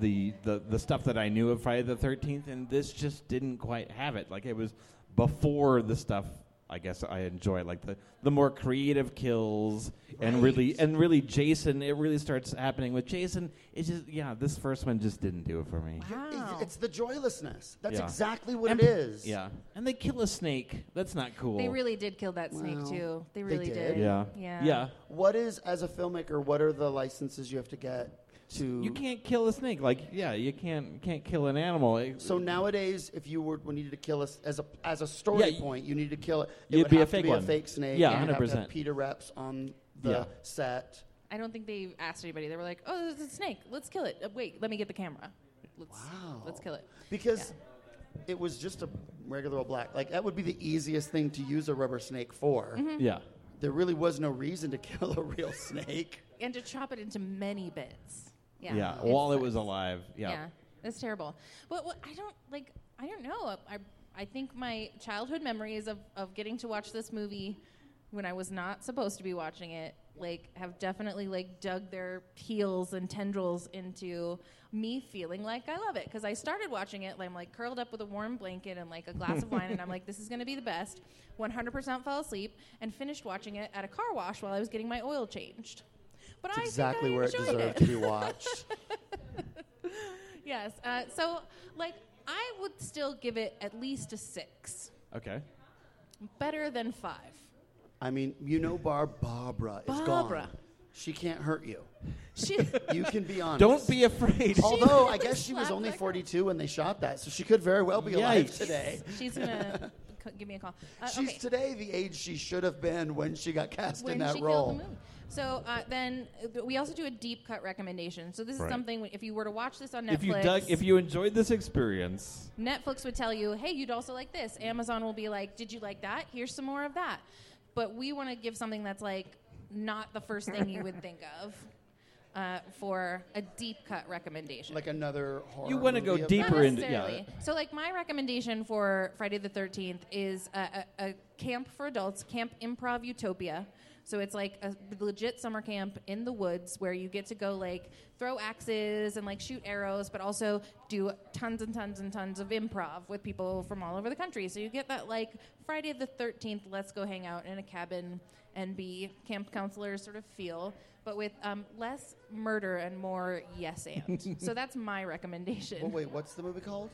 Speaker 3: the, the the stuff that I knew of Friday the Thirteenth, and this just didn't quite have it. Like it was before the stuff I guess I enjoy, like the the more creative kills and really and really Jason. It really starts happening with Jason. It's just yeah, this first one just didn't do it for me.
Speaker 1: Wow.
Speaker 2: It's the joylessness. That's
Speaker 3: Yeah.
Speaker 2: exactly what
Speaker 3: And-
Speaker 2: it is.
Speaker 3: Yeah, and they kill a snake. That's not cool.
Speaker 1: They really did kill that snake
Speaker 2: Well,
Speaker 1: too. They
Speaker 2: they
Speaker 1: really
Speaker 2: did.
Speaker 1: did.
Speaker 3: yeah
Speaker 1: Yeah.
Speaker 3: yeah.
Speaker 2: What is as a filmmaker? What are the licenses you have to get to?
Speaker 3: You can't kill a snake. Like yeah, you can't you can't kill an animal. It-
Speaker 2: So nowadays, if you were we needed to kill us as a as a story
Speaker 3: Yeah, y-
Speaker 2: point, you need to kill it. It
Speaker 3: you'd
Speaker 2: would
Speaker 3: be a
Speaker 2: have to
Speaker 3: fake
Speaker 2: be
Speaker 3: one.
Speaker 2: a fake snake.
Speaker 3: Yeah,
Speaker 2: You'd have to have
Speaker 3: 100%.
Speaker 2: Peter reps on the
Speaker 3: Yeah.
Speaker 2: set.
Speaker 1: I don't think they asked anybody. They were like, "Oh, there's a snake. Let's kill it. Uh, wait, let me get the camera. Let's
Speaker 2: Wow.
Speaker 1: let's kill it."
Speaker 2: Because it was just a regular old black. Like that would be the easiest thing to use a rubber snake for.
Speaker 1: Mm-hmm.
Speaker 3: Yeah.
Speaker 2: There really was no reason to kill a real snake.
Speaker 1: And to chop it into many bits. Yeah.
Speaker 3: Yeah. While it
Speaker 1: sucks.
Speaker 3: was alive. Yeah.
Speaker 1: Yeah. That's terrible. But what I don't like I don't know. I I think my childhood memories of of getting to watch this movie when I was not supposed to be watching it like have definitely like dug their heels and tendrils into me feeling like I love it because I started watching it like I'm like curled up with a warm blanket and like a glass of wine and I'm like this is going to be the best 100% fell asleep and finished watching it at a car wash while I was getting my oil changed but I
Speaker 2: It's
Speaker 1: think
Speaker 2: exactly
Speaker 1: I
Speaker 2: where it
Speaker 1: enjoyed
Speaker 2: deserved
Speaker 1: it.
Speaker 2: to be watched.
Speaker 1: Yes. Uh, so, like, I would still give it at least a six.
Speaker 3: Okay.
Speaker 1: Better than five.
Speaker 2: I mean, you know, Bar Barbara is
Speaker 1: Barbara.
Speaker 2: gone. She can't hurt you.
Speaker 1: She,
Speaker 2: You can be honest.
Speaker 3: Don't be afraid.
Speaker 2: Although I
Speaker 1: She
Speaker 2: guess she was
Speaker 1: slapped
Speaker 2: only
Speaker 1: that girl.
Speaker 2: 42 when they shot that, so she could very well be alive
Speaker 3: Yikes.
Speaker 2: today.
Speaker 1: she's gonna c- give me a call. Uh,
Speaker 2: She's
Speaker 1: okay.
Speaker 2: today the age she should have been when she got cast
Speaker 1: when
Speaker 2: in that
Speaker 1: she
Speaker 2: role.
Speaker 1: killed the movie. So uh, then uh, but we also do a deep cut recommendation. So this is
Speaker 3: Right.
Speaker 1: something if you were to watch this on Netflix,
Speaker 3: if you dug, if you enjoyed this experience,
Speaker 1: Netflix would tell you, hey, you'd also like this. Amazon will be like, did you like that? Here's some more of that. But we want to give something that's like not the first thing you would think of uh, for a deep cut recommendation.
Speaker 2: Like another horror.
Speaker 3: You wanna
Speaker 2: movie
Speaker 3: go
Speaker 2: of-
Speaker 3: deeper.
Speaker 1: Not
Speaker 3: into- yeah.
Speaker 1: necessarily. So, like, my recommendation for Friday the 13th is a, a, a camp for adults, Camp Improv Utopia. So, it's like a legit summer camp in the woods where you get to go, like, throw axes and, like, shoot arrows, but also do tons and tons and tons of improv with people from all over the country. So, you get that, like, Friday the 13th, let's go hang out in a cabin and be camp counselors sort of feel, but with um, less murder and more yes and. so, that's my recommendation.
Speaker 2: Oh, wait, what's the movie called?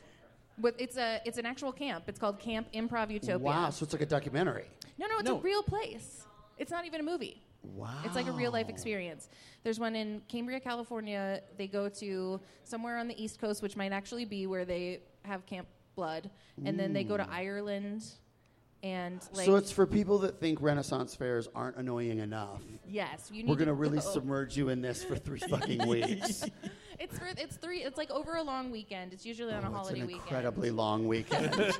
Speaker 1: But it's a it's an actual camp. It's called Camp Improv Utopia.
Speaker 2: Wow, so it's like a documentary.
Speaker 1: No, no, it's
Speaker 3: No.
Speaker 1: a real place. It's not even a movie.
Speaker 2: Wow.
Speaker 1: It's like a real
Speaker 2: Oh.
Speaker 1: life experience. There's one in Cambria, California. They go to somewhere on the East Coast, which might actually be where they have Camp Blood, and then they go to Ireland, and like
Speaker 2: so it's for people that think Renaissance fairs aren't annoying enough.
Speaker 1: yes, you need
Speaker 2: We're gonna
Speaker 1: to
Speaker 2: really
Speaker 1: go.
Speaker 2: submerge you in this for three fucking weeks.
Speaker 1: It's for, it's three. It's like over a long weekend. It's usually on a
Speaker 2: Oh, it's an
Speaker 1: holiday weekend.
Speaker 2: incredibly long weekend.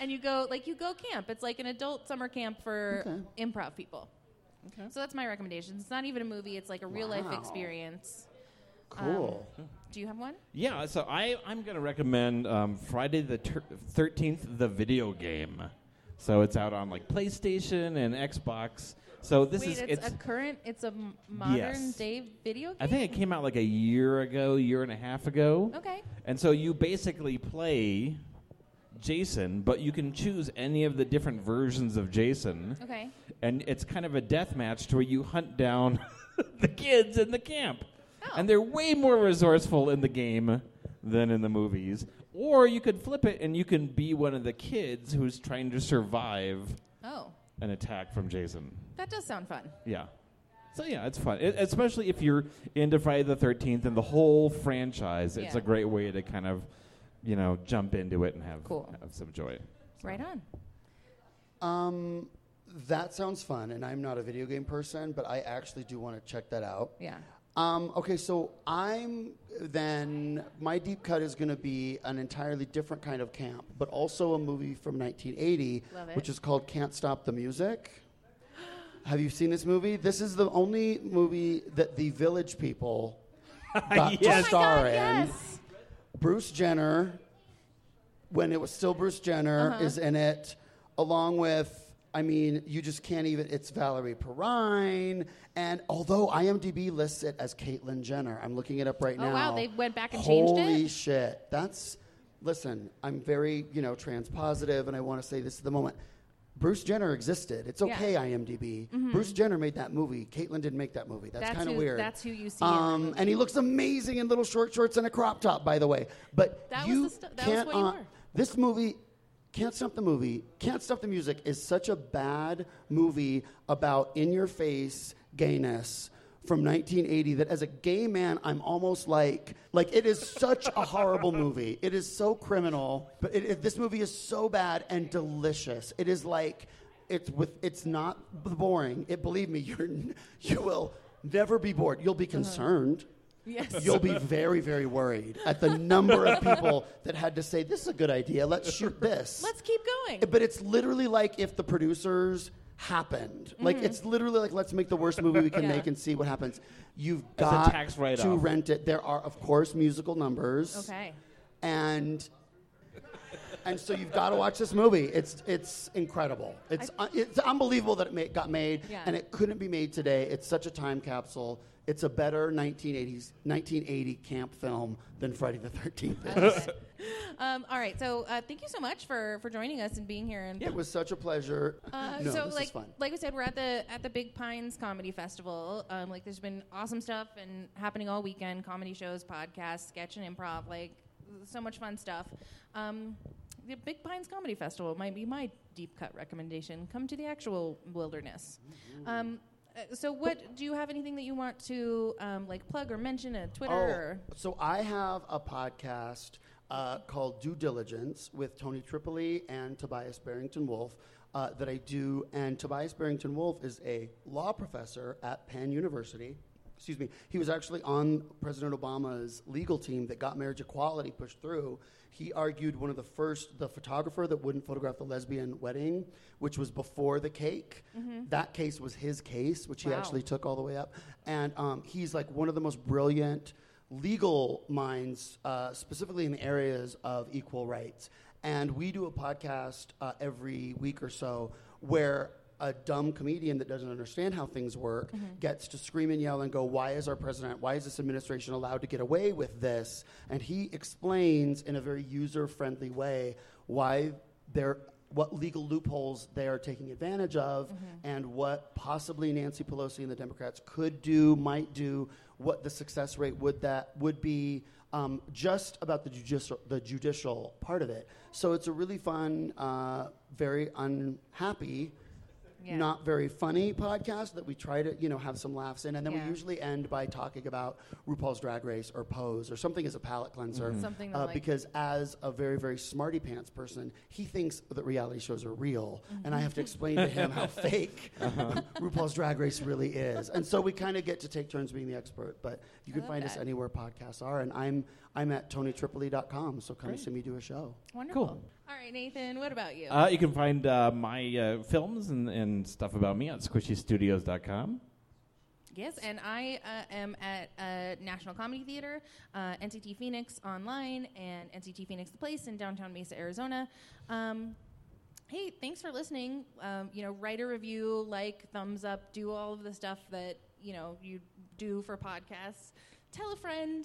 Speaker 1: and you go like you go camp. It's like an adult summer camp for
Speaker 2: Okay.
Speaker 1: improv people.
Speaker 3: Okay.
Speaker 1: So that's my recommendation. It's not even a movie. It's like a real life
Speaker 2: Wow.
Speaker 1: experience. Um,
Speaker 2: cool.
Speaker 1: Do you have one?
Speaker 3: yeah. So I I'm gonna recommend um, Friday the Thirteenth, the video game. So it's out on like PlayStation and Xbox. So this
Speaker 1: Wait,
Speaker 3: is
Speaker 1: it's,
Speaker 3: it's.
Speaker 1: a current. It's a m- modern
Speaker 3: Yes.
Speaker 1: day video game.
Speaker 3: I think it came out like a year ago, year and a half ago.
Speaker 1: Okay.
Speaker 3: And so you basically play Jason, but you can choose any of the different versions of Jason.
Speaker 1: Okay.
Speaker 3: and it's kind of a death match to where you hunt down the kids in the camp.
Speaker 1: Oh.
Speaker 3: And they're way more resourceful in the game than in the movies. Or you could flip it and you can be one of the kids who's trying to survive
Speaker 1: Oh,
Speaker 3: an attack from Jason.
Speaker 1: that does sound fun.
Speaker 3: Yeah. So yeah, it's fun, it, especially if you're into Friday the Thirteenth and the whole franchise. It's
Speaker 1: Yeah.
Speaker 3: a great way to kind of, you know, jump into it and have
Speaker 1: Cool.
Speaker 3: have some joy.
Speaker 1: Right on.
Speaker 2: Um, that sounds fun, and I'm not a video game person, but I actually do want to check that out.
Speaker 1: Yeah.
Speaker 2: Um, okay, so I'm then my deep cut is going to be an entirely different kind of camp, but also a movie from 1980,
Speaker 1: Love it.
Speaker 2: which is called Can't Stop the Music. Have you seen this movie? This is the only movie that the Village People got
Speaker 1: oh
Speaker 2: to
Speaker 1: my
Speaker 2: star
Speaker 1: God,
Speaker 2: in.
Speaker 1: yes.
Speaker 2: Bruce
Speaker 1: Uh-huh.
Speaker 2: Jenner, when it was still Bruce Jenner, is in it, along with I mean, you just can't even. It's Valerie Perrine, and although IMDb lists it as Caitlyn Jenner, I'm looking it up right
Speaker 1: Oh,
Speaker 2: now.
Speaker 1: wow, they went back and changed
Speaker 2: Holy
Speaker 1: it?
Speaker 2: shit! That's listen. I'm very you know trans positive, and I want to say this at the moment. Bruce Jenner existed. It's
Speaker 1: Yeah. Mm-hmm.
Speaker 2: okay, IMDb. Bruce Jenner made that movie. Caitlyn didn't make that movie. That's,
Speaker 1: That's
Speaker 2: kind of
Speaker 1: who-
Speaker 2: weird.
Speaker 1: that's who you see in the
Speaker 2: Um,
Speaker 1: movie.
Speaker 2: and he looks amazing in little short shorts and a crop top, by the way. But
Speaker 1: That was
Speaker 2: you
Speaker 1: the stu- that was
Speaker 2: can't.
Speaker 1: what you
Speaker 2: uh,
Speaker 1: were.
Speaker 2: This movie, Can't Stop the Movie, Can't Stop the Music is such a bad movie about in your face gayness from 1980 that as a gay man I'm almost like like it is such a horrible movie. It is so criminal, but it, it, this movie is so bad and delicious. It is like it's with it's not boring. It believe me, you're n- you will never be bored. You'll be
Speaker 1: Uh-huh.
Speaker 2: concerned.
Speaker 1: Yes.
Speaker 2: You'll be very, very worried at the number of people that had to say, This is a good idea, let's shoot this.
Speaker 1: Let's keep going.
Speaker 2: but it's literally like if the producers happened. Like, it's literally like, Let's make the worst movie we can
Speaker 1: Mm-hmm. Yeah.
Speaker 2: make and see what happens. You've
Speaker 3: As a
Speaker 2: got
Speaker 3: tax
Speaker 2: to
Speaker 3: write-off.
Speaker 2: rent it. There are, of course, musical numbers.
Speaker 1: Okay.
Speaker 2: And. And so you've got to watch this movie. It's it's incredible. It's uh, it's unbelievable that it ma- got made,
Speaker 1: Yeah.
Speaker 2: and it couldn't be made today. It's such a time capsule. It's a better 1980s 1980 camp film than Friday the 13th. is.
Speaker 1: Um, all right. So uh, thank you so much for for joining us and being here. And
Speaker 2: It was such a pleasure.
Speaker 1: Uh,
Speaker 2: no,
Speaker 1: so
Speaker 2: this
Speaker 1: like
Speaker 2: is fun.
Speaker 1: like we said, we're at the at the Big Pines Comedy Festival. Um, like there's been awesome stuff and happening all weekend: comedy shows, podcasts, sketch and improv. Like so much fun stuff. Um, the Big Pines Comedy Festival might be my deep cut recommendation. Come to the actual wilderness. Um, uh, so what do you have anything that you want to um, like plug or mention at Twitter? Or,
Speaker 2: Oh, so I have a podcast uh, called Due Diligence with Tony Tripoli and Tobias Barrington Wolf uh, that I do. And Tobias Barrington Wolf is a law professor at Penn University. Excuse me. He was actually on President Obama's legal team that got marriage equality pushed through. He argued one of the first, the photographer that wouldn't photograph the lesbian wedding, which was before the cake. That case was his case, which he
Speaker 1: Mm-hmm. Wow.
Speaker 2: actually took all the way up. And um, he's like one of the most brilliant legal minds, uh, specifically in the areas of equal rights. And we do a podcast uh, every week or so where a dumb comedian that doesn't understand how things work gets to scream and yell and go, Why is our president, why is this administration allowed to get away with this? And he explains in a very user friendly way why they're what legal loopholes they are taking advantage of and what possibly Nancy Pelosi and the Democrats could do, might do, what the success rate would that would be, um, just about the judicial the judicial part of it. So it's a really fun, uh, very unhappy,
Speaker 1: Yeah.
Speaker 2: not very funny podcast that we try to you know have some laughs in, and then
Speaker 1: Yeah.
Speaker 2: we usually end by talking about RuPaul's Drag Race or Pose or something as a palate cleanser,
Speaker 1: Something that,
Speaker 2: uh,
Speaker 1: like-
Speaker 2: because as a very very smarty pants person he thinks that reality shows are real and i
Speaker 1: Mm-hmm.
Speaker 2: have to explain to him how fake
Speaker 1: Uh-huh.
Speaker 2: rupaul's drag race really is and so we kind of get to take turns being the expert but you
Speaker 1: I
Speaker 2: can
Speaker 1: love
Speaker 2: find us
Speaker 1: that.
Speaker 2: anywhere podcasts are and i'm i'm at tonytripoli.com so come see me do a show
Speaker 1: wonderful.
Speaker 3: Cool.
Speaker 1: All right, Nathan. What about you?
Speaker 3: Uh, you can find uh, my uh, films and, and stuff about me at squishystudios.com.
Speaker 1: Yes, and I uh, am at uh, National Comedy Theater, uh, NCT Phoenix online, and NCT Phoenix The Place in downtown Mesa, Arizona. Um, hey, thanks for listening. Um, you know, write a review, like, thumbs up, do all of the stuff that you know you do for podcasts. Tell a friend.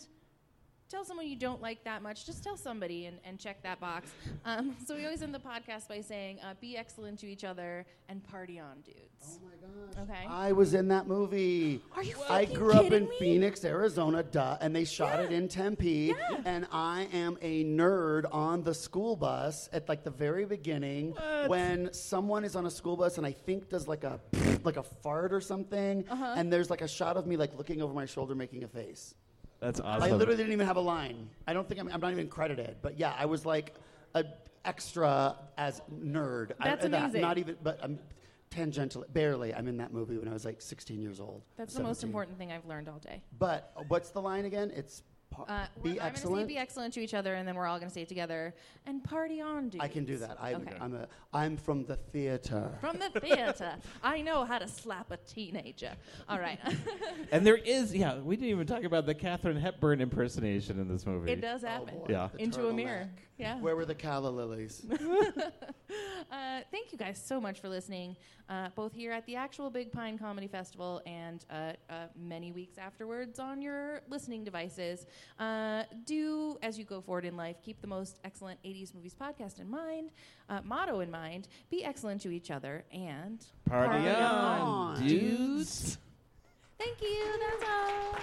Speaker 1: Tell someone you don't like that much. Just tell somebody and, and check that box. Um, so we always end the podcast by saying, uh, "Be excellent to each other and party on, dudes."
Speaker 2: my
Speaker 1: Okay.
Speaker 2: I was in that movie.
Speaker 1: Are you
Speaker 2: I
Speaker 1: fucking
Speaker 2: grew up
Speaker 1: kidding
Speaker 2: in
Speaker 1: me?
Speaker 2: Phoenix, Arizona, duh, and they shot it in Tempe.
Speaker 1: Yeah.
Speaker 2: And I am a nerd on the school bus at like the very beginning when someone is on a school bus and I think does like a like a fart or something,
Speaker 1: Uh-huh.
Speaker 2: and there's like a shot of me like looking over my shoulder making a face.
Speaker 3: That's
Speaker 2: I
Speaker 3: awesome.
Speaker 2: literally didn't even have a line. I don't think I'm, I'm not even credited, but yeah, I was like a extra as nerd. I-
Speaker 1: That's
Speaker 2: uh, that-
Speaker 1: amazing.
Speaker 2: not even, but I'm tangential, barely. I'm in that movie when I was like 16 years old.
Speaker 1: That's the most
Speaker 2: 17.
Speaker 1: important thing I've learned all day.
Speaker 2: But what's the line again? It's par-
Speaker 1: Uh,
Speaker 2: be
Speaker 1: we're- I'm gonna say
Speaker 2: excellent.
Speaker 1: be excellent to each other, and then we're all gonna say it together and party on, dude.
Speaker 2: I can do that. I'm,
Speaker 1: Okay.
Speaker 2: I'm a. I'm from the theater.
Speaker 1: From the theater, I know how to slap a teenager. All right,
Speaker 3: And there is, yeah, we didn't even talk about the Katherine Hepburn impersonation in this movie.
Speaker 1: it does
Speaker 2: Oh,
Speaker 1: happen.
Speaker 2: boy,
Speaker 3: Yeah.
Speaker 2: the
Speaker 1: Into a
Speaker 2: turtleneck.
Speaker 1: mirror. Yeah.
Speaker 2: Where were the calla lilies?
Speaker 1: Uh, thank you guys so much for listening, uh, both here at the actual Big Pine Comedy Festival and uh, uh, many weeks afterwards on your listening devices. Uh, do, as you go forward in life, keep the most excellent 80s movies podcast in mind, uh, motto in mind, be excellent to each other, and
Speaker 3: Party,
Speaker 2: Party
Speaker 3: on,
Speaker 2: on,
Speaker 3: dudes.
Speaker 1: thank you. That's all.